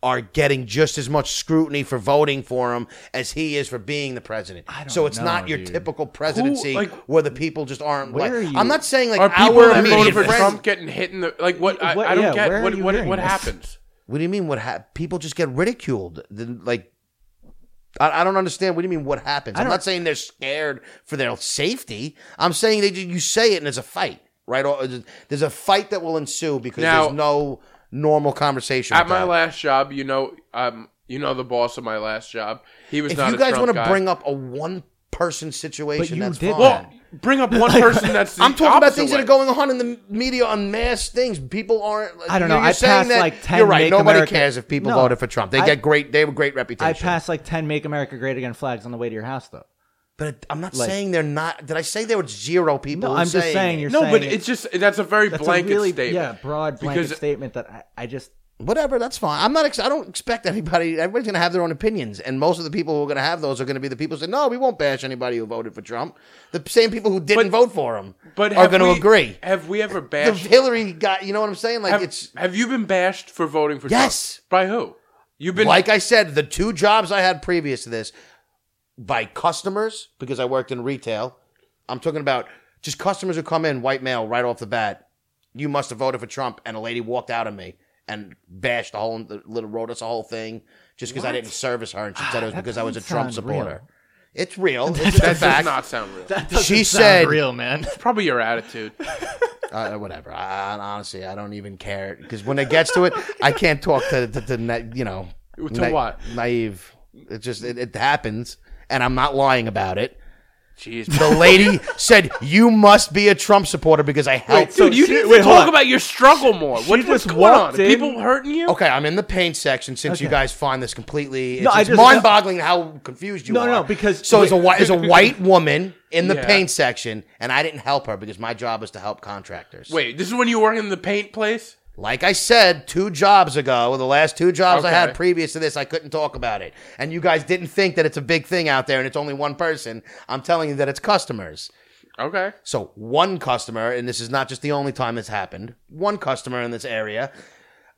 are getting just as much scrutiny for voting for him as he is for being the president.
I don't
so it's
know,
not your
dude.
typical presidency
like-
where the people just aren't.
Where
like,
are you-
I'm not saying like
are people
our
that voted
immediate
for
friends-
Trump getting hit in the like? What, I,
What-
I don't
yeah, where
get.
are
What
you
what,
hearing
what
this?
happens?
What do you mean? What hap people just get ridiculed? The- like, I, I don't understand. What do you mean? What happens? I'm
don't-
not saying they're scared for their safety. I'm saying they you say it and there's a fight, right? Or There's a fight that will ensue because
Now-
there's no normal conversation.
At
with
my
that.
last job, you know, um, you know the boss of my last job. He was
if
not.
you
a
guys
Trump
want to
guy.
bring up a one person situation,
you
that's
did
fine.
well, bring up one person that's. The
I'm talking about
opposite
things that
way.
are going on in the media on mass things. People aren't. Like,
I don't know.
You're
I
saying
passed,
that,
like, 10
You're right.
Make
Nobody
America-
cares if people
No.
voted for Trump. They
I-
get great. They have a great reputation.
I passed like ten "Make America Great Again" flags on the way to your house, though.
But I'm not
Like-
saying they're not. Did I say there were zero people?
No,
who
I'm just
saying
saying
it?
you're
No,
saying
but
it-
it's just that's a very
That's
blanket
a really
statement.
yeah broad blanket
Because-
statement that I, I just
whatever. That's fine. I'm not. Ex- I don't expect anybody. Everybody's going to have their own opinions, and most of the people who are going to have those are going to be the people who say, "No, we won't bash anybody who voted for Trump." The same people who didn't vote for him,
But
are
have
going to
we-
agree.
Have we ever
The
bashed?
Hillary got. You know what I'm saying? Like
have,
it's
have you been bashed for voting for? Trump?
Yes.
By who? You've been
like I said. The two jobs I had previous to this, by customers because I worked in retail. I'm talking about just customers who come in, white male, right off the bat. you must have voted for Trump. And a lady walked out of me and bashed the whole, little wrote us a whole thing just because I didn't service her. And she said it was
That
because I was a
doesn't
Trump
sound real.
supporter. It's real. It's just a
That does
fact.
not sound real.
that
doesn't She sound said-
real man.
It's probably your attitude.
Uh, whatever. I, I- honestly, I don't even care because when it gets to it, I can't talk to the, the, na- you know,
To what?
naive. It just, it, it happens. And I'm not lying about it.
Jeez.
The lady said, "You must be a Trump supporter because I helped."
Dude, you
she-
need to
wait, hold
talk
on.
about your struggle more. What, what's
just
going on?
walked in-
People hurting you?
Okay, I'm in the pain section since you
Okay.
guys find this completely. It's,
No, I
it's
just-
mind-boggling how confused you
No,
are.
no, because-
so as a white as a white woman in the
Yeah.
pain section, and I didn't help her because my job was to help contractors.
Wait, this is when you work in the paint place?
like I said two jobs ago, the last two jobs I had
Okay.
previous to this, I couldn't talk about it, and you guys didn't think that it's a big thing out there, and it's only one person. I'm telling you that it's customers.
Okay.
So one customer, and this is not just the only time this happened. One customer in this area,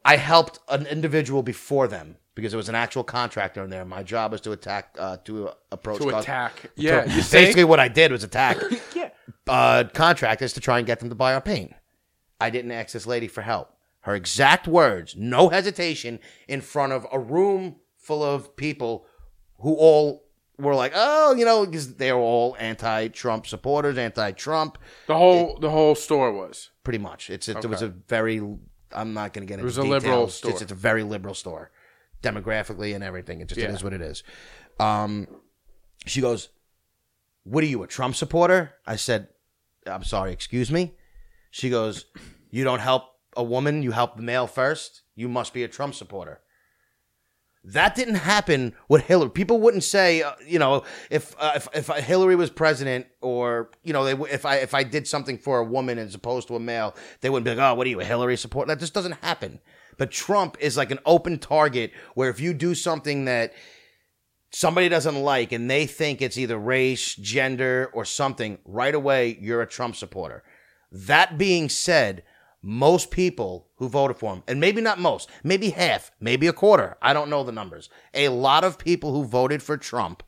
I helped an individual before them because it was an actual contractor in there. My job was to attack, uh, to approach,
To
cus-
attack. Yeah. You say
Basically, what I did was attack uh, contractors to try and get them to buy our paint. I didn't ask this lady for help. Her exact words, no hesitation, in front of a room full of people who all were like, "Oh, you know," because they're all anti-Trump supporters, anti-Trump,
the whole the whole store was.
pretty much. It's it, was a very. I'm not going to get into
was a
details.
liberal
It's-
store.
It's, a very liberal store. demographically and everything. It just it
Yeah.
is what it is. Um, she goes, "What are you, a Trump supporter?" I said, "I'm sorry, excuse me." She goes, "You don't help a woman; you help the male first. You must be a Trump supporter." That didn't happen with Hillary. People wouldn't say, uh, you know, if uh, if if Hillary was president, or you know, they, w- if I if I did something for a woman as opposed to a male, they wouldn't be like, oh, what are you, a Hillary supporter? That just doesn't happen. But Trump is like an open target where if you do something that somebody doesn't like and they think it's either race, gender, or something, right away you're a Trump supporter. That being said, most people who voted for him, and maybe not most, maybe half, maybe a quarter, I don't know the numbers, a lot of people who voted for Trump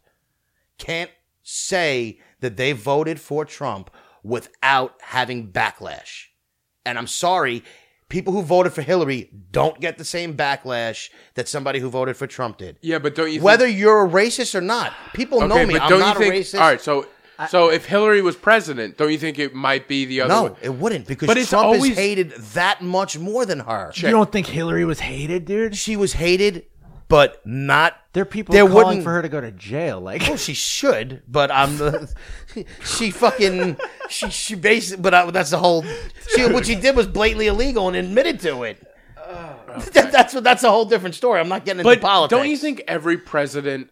can't say that they voted for Trump without having backlash. And I'm sorry, people who voted for Hillary don't get the same backlash that somebody who voted for Trump did
Yeah, but don't you think-
whether you're a racist or not. People know me. I'm not a racist.
All right, so so if Hillary was president, don't you think it might be the other?
no,
way?
it wouldn't because
But it's
Trump
always-
is hated that much more than her.
You don't think Hillary was hated, dude?
She was hated, but not.
There are people
There
calling
wouldn't-
for her to go to jail. Like,
Well, she should, but I'm the. she fucking. She she basically. But I, that's the whole. She, what she did was blatantly illegal and admitted to it. That- that's what. That's a whole different story. I'm not getting into
Oh, but
politics.
don't you think every president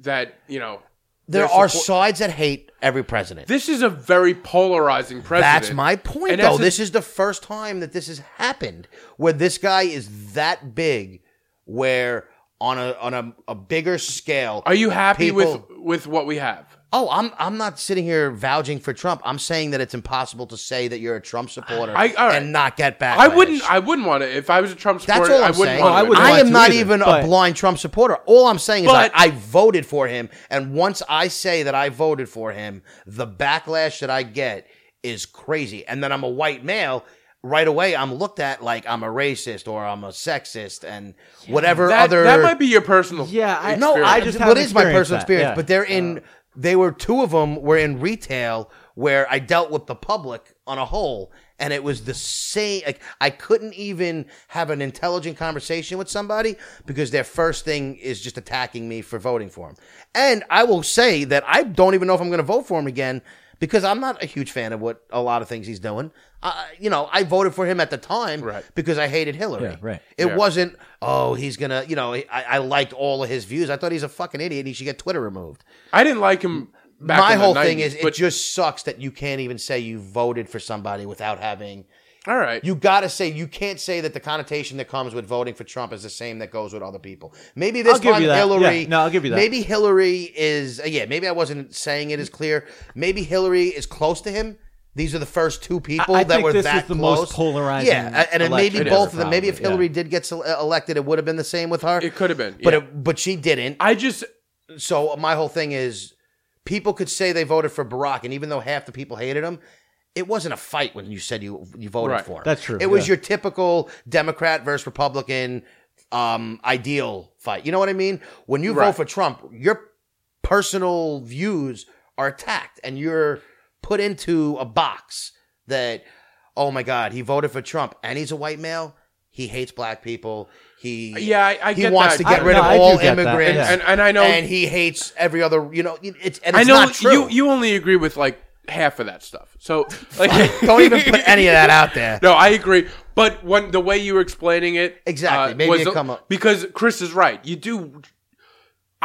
that you know?
there
their
are
support-
sides that hate every president?
This is a very polarizing president.
That's my point,
And
though.
that's a-
this is the first time that this has happened, where this guy is that big, where on a on a, a bigger scale.
Are you happy
People-
with with what we have?
oh, I'm I'm not sitting here vouching for Trump. I'm saying that it's impossible to say that you're a Trump supporter
I- all right.
and not get back.
I wouldn't. I wouldn't want it if I was a Trump
That's
supporter.
all I'm
I wouldn't
saying.
want
I
it.
wouldn't
I-
want
I am
to
not
either,
even
but-
a blind Trump supporter. All I'm saying is
But-
I, I voted for him, and once I say that I voted for him, the backlash that I get is crazy. And then I'm a white male. Right away, I'm looked at like I'm a racist or I'm a sexist and whatever
that,
other.
that might be your personal.
yeah, I,
no, I
experience.
just
haven't
what is my
experienced
personal
that,
experience.
yeah.
But they're in. They were two of them were in retail where I dealt with the public on a whole, and it was the same. Like I couldn't even have an intelligent conversation with somebody because their first thing is just attacking me for voting for him. And I will say that I don't even know if I'm going to vote for him again because I'm not a huge fan of what a lot of things he's doing. I, you know, I voted for him at the time
Right.
because I hated Hillary.
Yeah, right.
It
Yeah.
wasn't, oh, he's gonna, you know, I, I liked all of his views. I thought he's a fucking idiot and he should get Twitter removed.
I didn't like him. Back
My
in the
whole thing
90s,
is, it
but-
just sucks that you can't even say you voted for somebody without having.
all right.
You gotta say, you can't say that the connotation that comes with voting for Trump is the same that goes with other people. Maybe this
I'll give
time
you that.
Hillary.
Yeah, no, I'll give you that.
Maybe Hillary is, uh, yeah, maybe I wasn't saying it as clear. Maybe Hillary is close to him. These are the first two people
I- I
that
think
were
this
that
is the
close.
most polarizing
Yeah, a- and it maybe
election
both
ever,
of them. Maybe if
probably, yeah.
Hillary did get se- elected, it would have been the same with her.
It could have been,
but
yeah.
it, but she didn't.
I just
So uh, my whole thing is, people could say they voted for Barack, and even though half the people hated him, it wasn't a fight when you said you you voted
Right.
for him.
That's true,
It was
yeah.
your typical Democrat versus Republican um, ideal fight. You know what I mean? When you vote
Right.
for Trump, your personal views are attacked, and you're put into a box that oh my god, he voted for Trump, and he's a white male. He hates black people. He
Yeah, I- I
he
get
wants
that.
to get
I-
rid
no,
of
I do
all
get that,
immigrants
yeah.
and, and I know
and he hates every other. You know, it's and it's
I know
not true.
you you only agree with like half of that stuff. So like
don't even put any of that out there.
No, I agree. But when the way you were explaining it uh,
Exactly. Maybe
was
it
a-
come up-
because Chris is right. You do.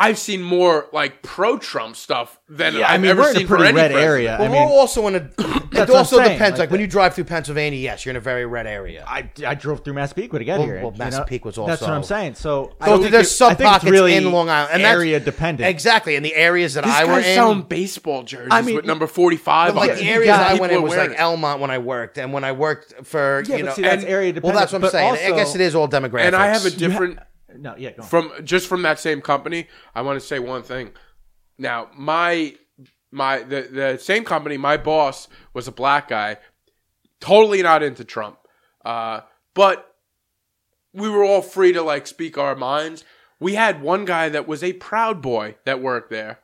I've seen more like pro-Trump stuff than
Yeah, I
I've
mean,
ever
we're in a
seen
pretty
for any
red
president.
area.
But
I mean,
we're also in a. It
what I'm
also
saying,
depends. Like,
like
when
that-
you drive through Pennsylvania, yes, you're in a very red area.
I, I drove through Massapequa to get
Well-
here.
well,
you know?
Massapequa was
That's what
also-
I'm saying. So,
So
think
there's
it-
sub
I think it's
pockets
really
in Long Island, and that's-
area dependent.
Exactly, in the areas that
This
I were
guy's
in.
selling baseball jerseys
I mean,
with number forty-five.
But,
on
like
it.
the areas
got-
I went in
People
was
are
like
wearing it.
Elmont when I worked, and when I worked for
Yeah,
you
but
know,
see, that's
and-
area
Well, that's what I'm
dependent,
saying.
but
I guess
also-
it is all demographics.
and I have a different
No, yeah, go on.
from just from that same company. I want to say one thing. Now, my my the the same company. My boss was a black guy, totally not into Trump, uh, but we were all free to like speak our minds. We had one guy that was a proud boy that worked there.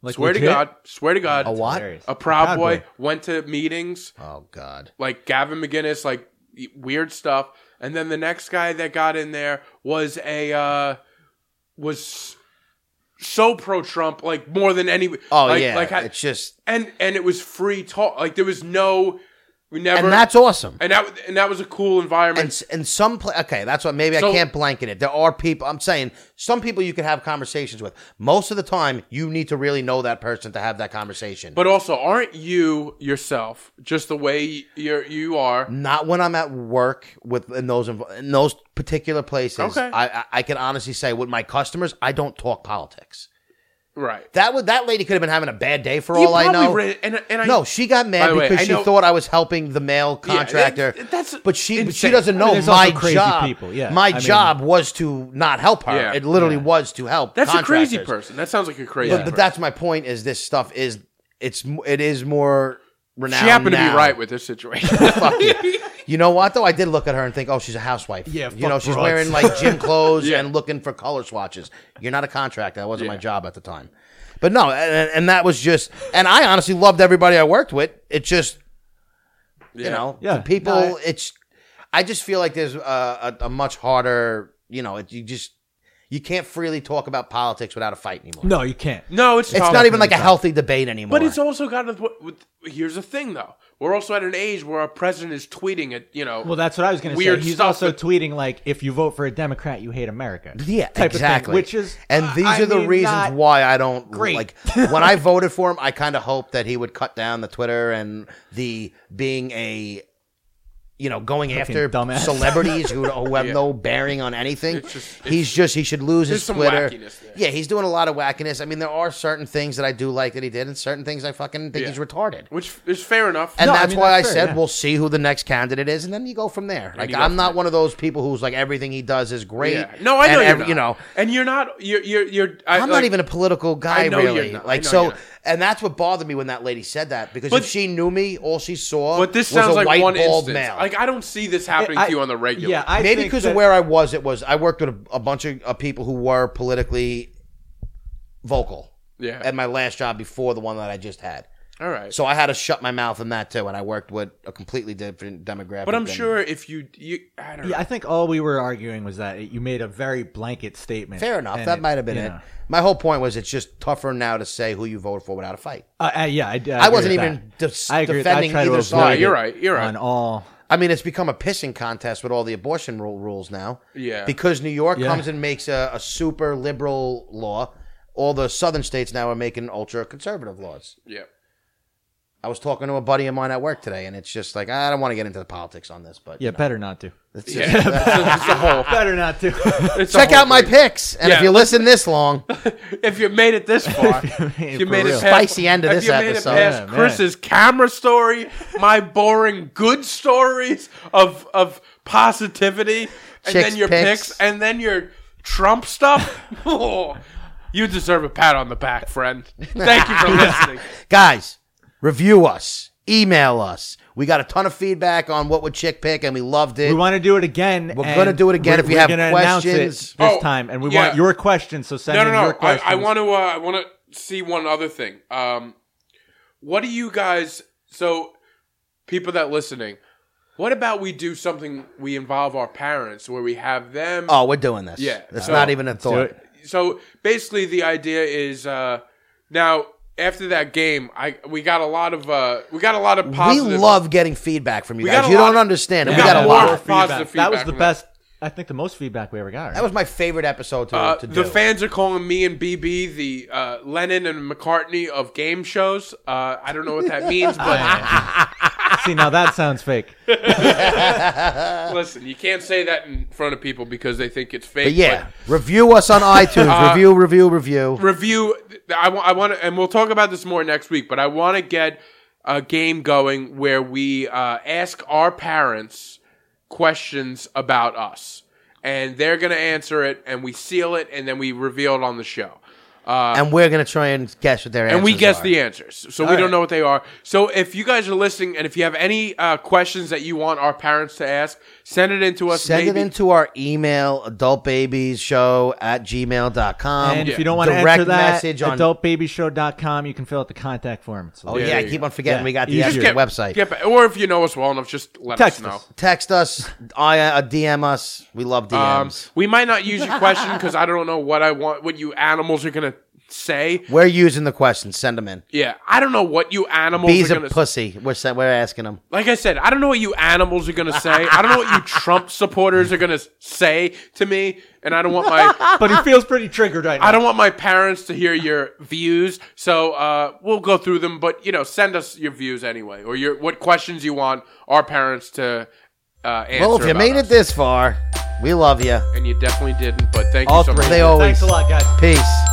Like,
swear to
legit?
God, swear to God,
a what?
Hilarious.
a proud, boy went to meetings
Oh God.
like Gavin McGinnis, like e, weird stuff. and then the next guy that got in there was a uh, was so pro Trump, like more than any.
Oh
like,
yeah,
like
it's just
and and it was free talk. Like there was no, we never.
and that's awesome.
and that and that was a cool environment.
And s- and some pla- okay, that's what maybe
So-
I can't blanket it. There are people. I'm saying some people you can have conversations with. Most of the time, you need to really know that person to have that conversation.
but also, aren't you yourself just the way you're, you are?
Not when I'm at work with in those inv- in those particular places.
Okay.
I, I I can honestly say with my customers, I don't talk politics.
Right.
That would that lady could have been having a bad day for
You
all I
probably
know.
read- and, and I,
no, she got
By
mad
the way,
because
I
she
know-
thought I was helping the male contractor.
that- that's
but she but she
insane.
doesn't
I
know
there's
my
also crazy
job.
people, yeah.
my
I mean-
job was to not help her.
Yeah.
it literally was to help.
that's a crazy
contractors.
person. That sounds like a crazy.
But,
person.
but that's my point. Is this stuff is it's m- it is more renowned.
she happened to
now.
be right with this situation.
Fuck you. You know what though? I did look at her and think, oh, she's a housewife.
Yeah,
you
fuck
know, she's
broads.
wearing like gym clothes
Yeah.
and looking for color swatches. You're not a contractor. That wasn't my
Yeah.
job at the time. But no, and, and that was just. And I honestly loved everybody I worked with. It's just
yeah.
you know
Yeah.
the people
No,
it's i just feel like there's a, a, a much harder you know it, you just you can't freely talk about politics without a fight anymore
No, you can't.
No, it's
it's
tough.
not even like a healthy debate anymore
But it's also got to. the point- with- Here's the thing, though. We're also at an age where our president is tweeting at you know.
Well, that's what I was going to say.
Weird
He's
stuff,
also
but-
tweeting like, "If you vote for a Democrat, you hate America."
yeah
type of thing,
exactly
which is,
and
I-
these
I
are the
mean,
reasons
not-
why i don't
great.
like when i voted for him i kind of hoped that he would cut down the twitter and the being a you know, going after
dumbass.
celebrities who, who have
Yeah.
no bearing on anything.
It's just-
he's just he should lose
There's
his
some
Twitter.
wackiness there.
Yeah, he's doing a lot of wackiness. I mean, there are certain things that I do like that he did, and certain things I fucking think
Yeah.
he's retarded.
which is fair enough.
And
No, I
that's
mean,
why
that's
I
fair,
said
yeah.
we'll see who the next candidate is, and then you go from there. Like
you go
I'm
from
not
there.
one of those people who's like everything he does is great.
yeah. No, I
and
know you're
every-
not.
you know.
and you're not. You're you're. you're I,
I'm
like-
not even a political guy,
I know you're
really.
not. I
Like
know
so,
you're not.
and that's what bothered me when that lady said that because
But-
if she knew me, all she saw
But this
was
sounds
a
like
white
one
bald
instance.
male.
Like I don't see this happening
I-
to you on the regular.
Yeah, I
Maybe
think
because
that-
of where I was, it was I worked with a, a bunch of uh, people who were politically vocal
Yeah.
at my last job before the one that I just had.
All right.
So I had to shut my mouth on that too, and I worked with a completely different demographic.
but I'm
than-
sure if you you I don't know.
Yeah, I think all we were arguing was that it, you made a very blanket statement.
Fair enough.
and
That might have been
you
it.
know.
My whole point was it's just tougher now to say who you voted for without a fight.
Uh, uh, yeah, I, I, agree
I wasn't
with
even
that.
dis-
I agree with that. I
defending
try to
either
avoid
side.
No, you're
it
right, you're right.
On all,
I mean, it's become a pissing contest with all the abortion rule rules now.
Yeah.
Because New York
Yeah.
comes and makes a, a super liberal law. All the southern states now are making ultra conservative laws.
yeah.
I was talking to a buddy of mine at work today, and it's just like I don't want to get into the politics on this, but
yeah, better not to.
it's just-
Yeah. it's a whole.
Better not to.
It's a
check
whole
out my
thing.
picks, and if
Yeah.
you listen this long,
If you made it this far, if you
For
made it past,
real.
Spicy end of
if
this
you made it
episode.
past
Yeah, man.
Chris's camera story, my boring good stories of of positivity, and
Chicks
then your
picks.
picks. and then your Trump stuff. Oh, you deserve a pat on the back, friend. Thank you for listening.
guys, review us, email us. We got a ton of feedback on what would chick pick, and we loved it.
we want to do it again.
We're
and
gonna do it again
we're-
if you
we're
have
gonna announce it
questions.
this
Oh,
time, and we
yeah.
want your questions. So send
No, no,
in
no.
your
I,
questions.
I want to. Uh, I want to see one other thing. Um, what do you guys? So, people that listening, what about we do something? We involve our parents, where we have them.
oh, we're doing this.
Yeah.
that's
So-
not even a
do
thought.
it.
so basically the idea is uh now after that game i we got a lot of uh we got a lot of
We
positive
love getting feedback from you
We
guys.
got a
You
lot
don't
of-
understand it.
we
We
got
got a
more
lot.
of positive
That was
feedback
the
from that.
best. I think the most feedback we ever got. Right?
That was my favorite episode to,
uh,
to do.
the fans are calling me and BB the uh, Lennon and McCartney of game shows. Uh, I don't know what that means, but
See, now that sounds fake.
listen, you can't say that in front of people because they think it's fake.
but yeah, review us on iTunes.
Uh,
review, review, review.
but review. I, wa- I want to, and we'll talk about this more next week. But I want to get a game going where we uh, ask our parents questions about us. And they're going to answer it, and we seal it, and then we reveal it on the show.
and we're gonna try and guess what their
and we guess
guess
the answers. So we don't know what they are. So if you guys are listening, and if you have any uh, questions that you want our parents to ask, send it in to us.
Send
maybe.
it into our email, adultbabiesshow at gmail.com.
and if you don't want to
Um, Direct
answer that,
message on.
adultbabyshow.com, you can fill out the contact form. It's
oh,
like-
yeah,
Yeah,
I
yeah.
keep on forgetting
Yeah.
we got the
You
Just
Here's
actual
get-
website.
get back- or if you know us well enough, just let
Text
us know.
us.
Text us, I, uh, DM us. We love
Um,
DMs.
we might not use your question because I don't know what I want. What you animals are gonna say?
we're using the questions. Send them in.
Yeah, I don't know what you animals
B's
are
a
gonna.
pussy. We're, sa- we're asking them.
like I said, I don't know what you animals are gonna say. I don't know what you Trump supporters are gonna say to me, and I don't want my
but he feels pretty triggered right now.
I don't want my parents to hear your views. So uh, we'll go through them, but you know, send us your views anyway, or your what questions you want our parents to uh, answer.
Well, if you
about
made
us.
it this far, we love you.
and you definitely didn't, but thank
All
you so
three.
much.
They always.
Thanks a lot, guys.
Peace.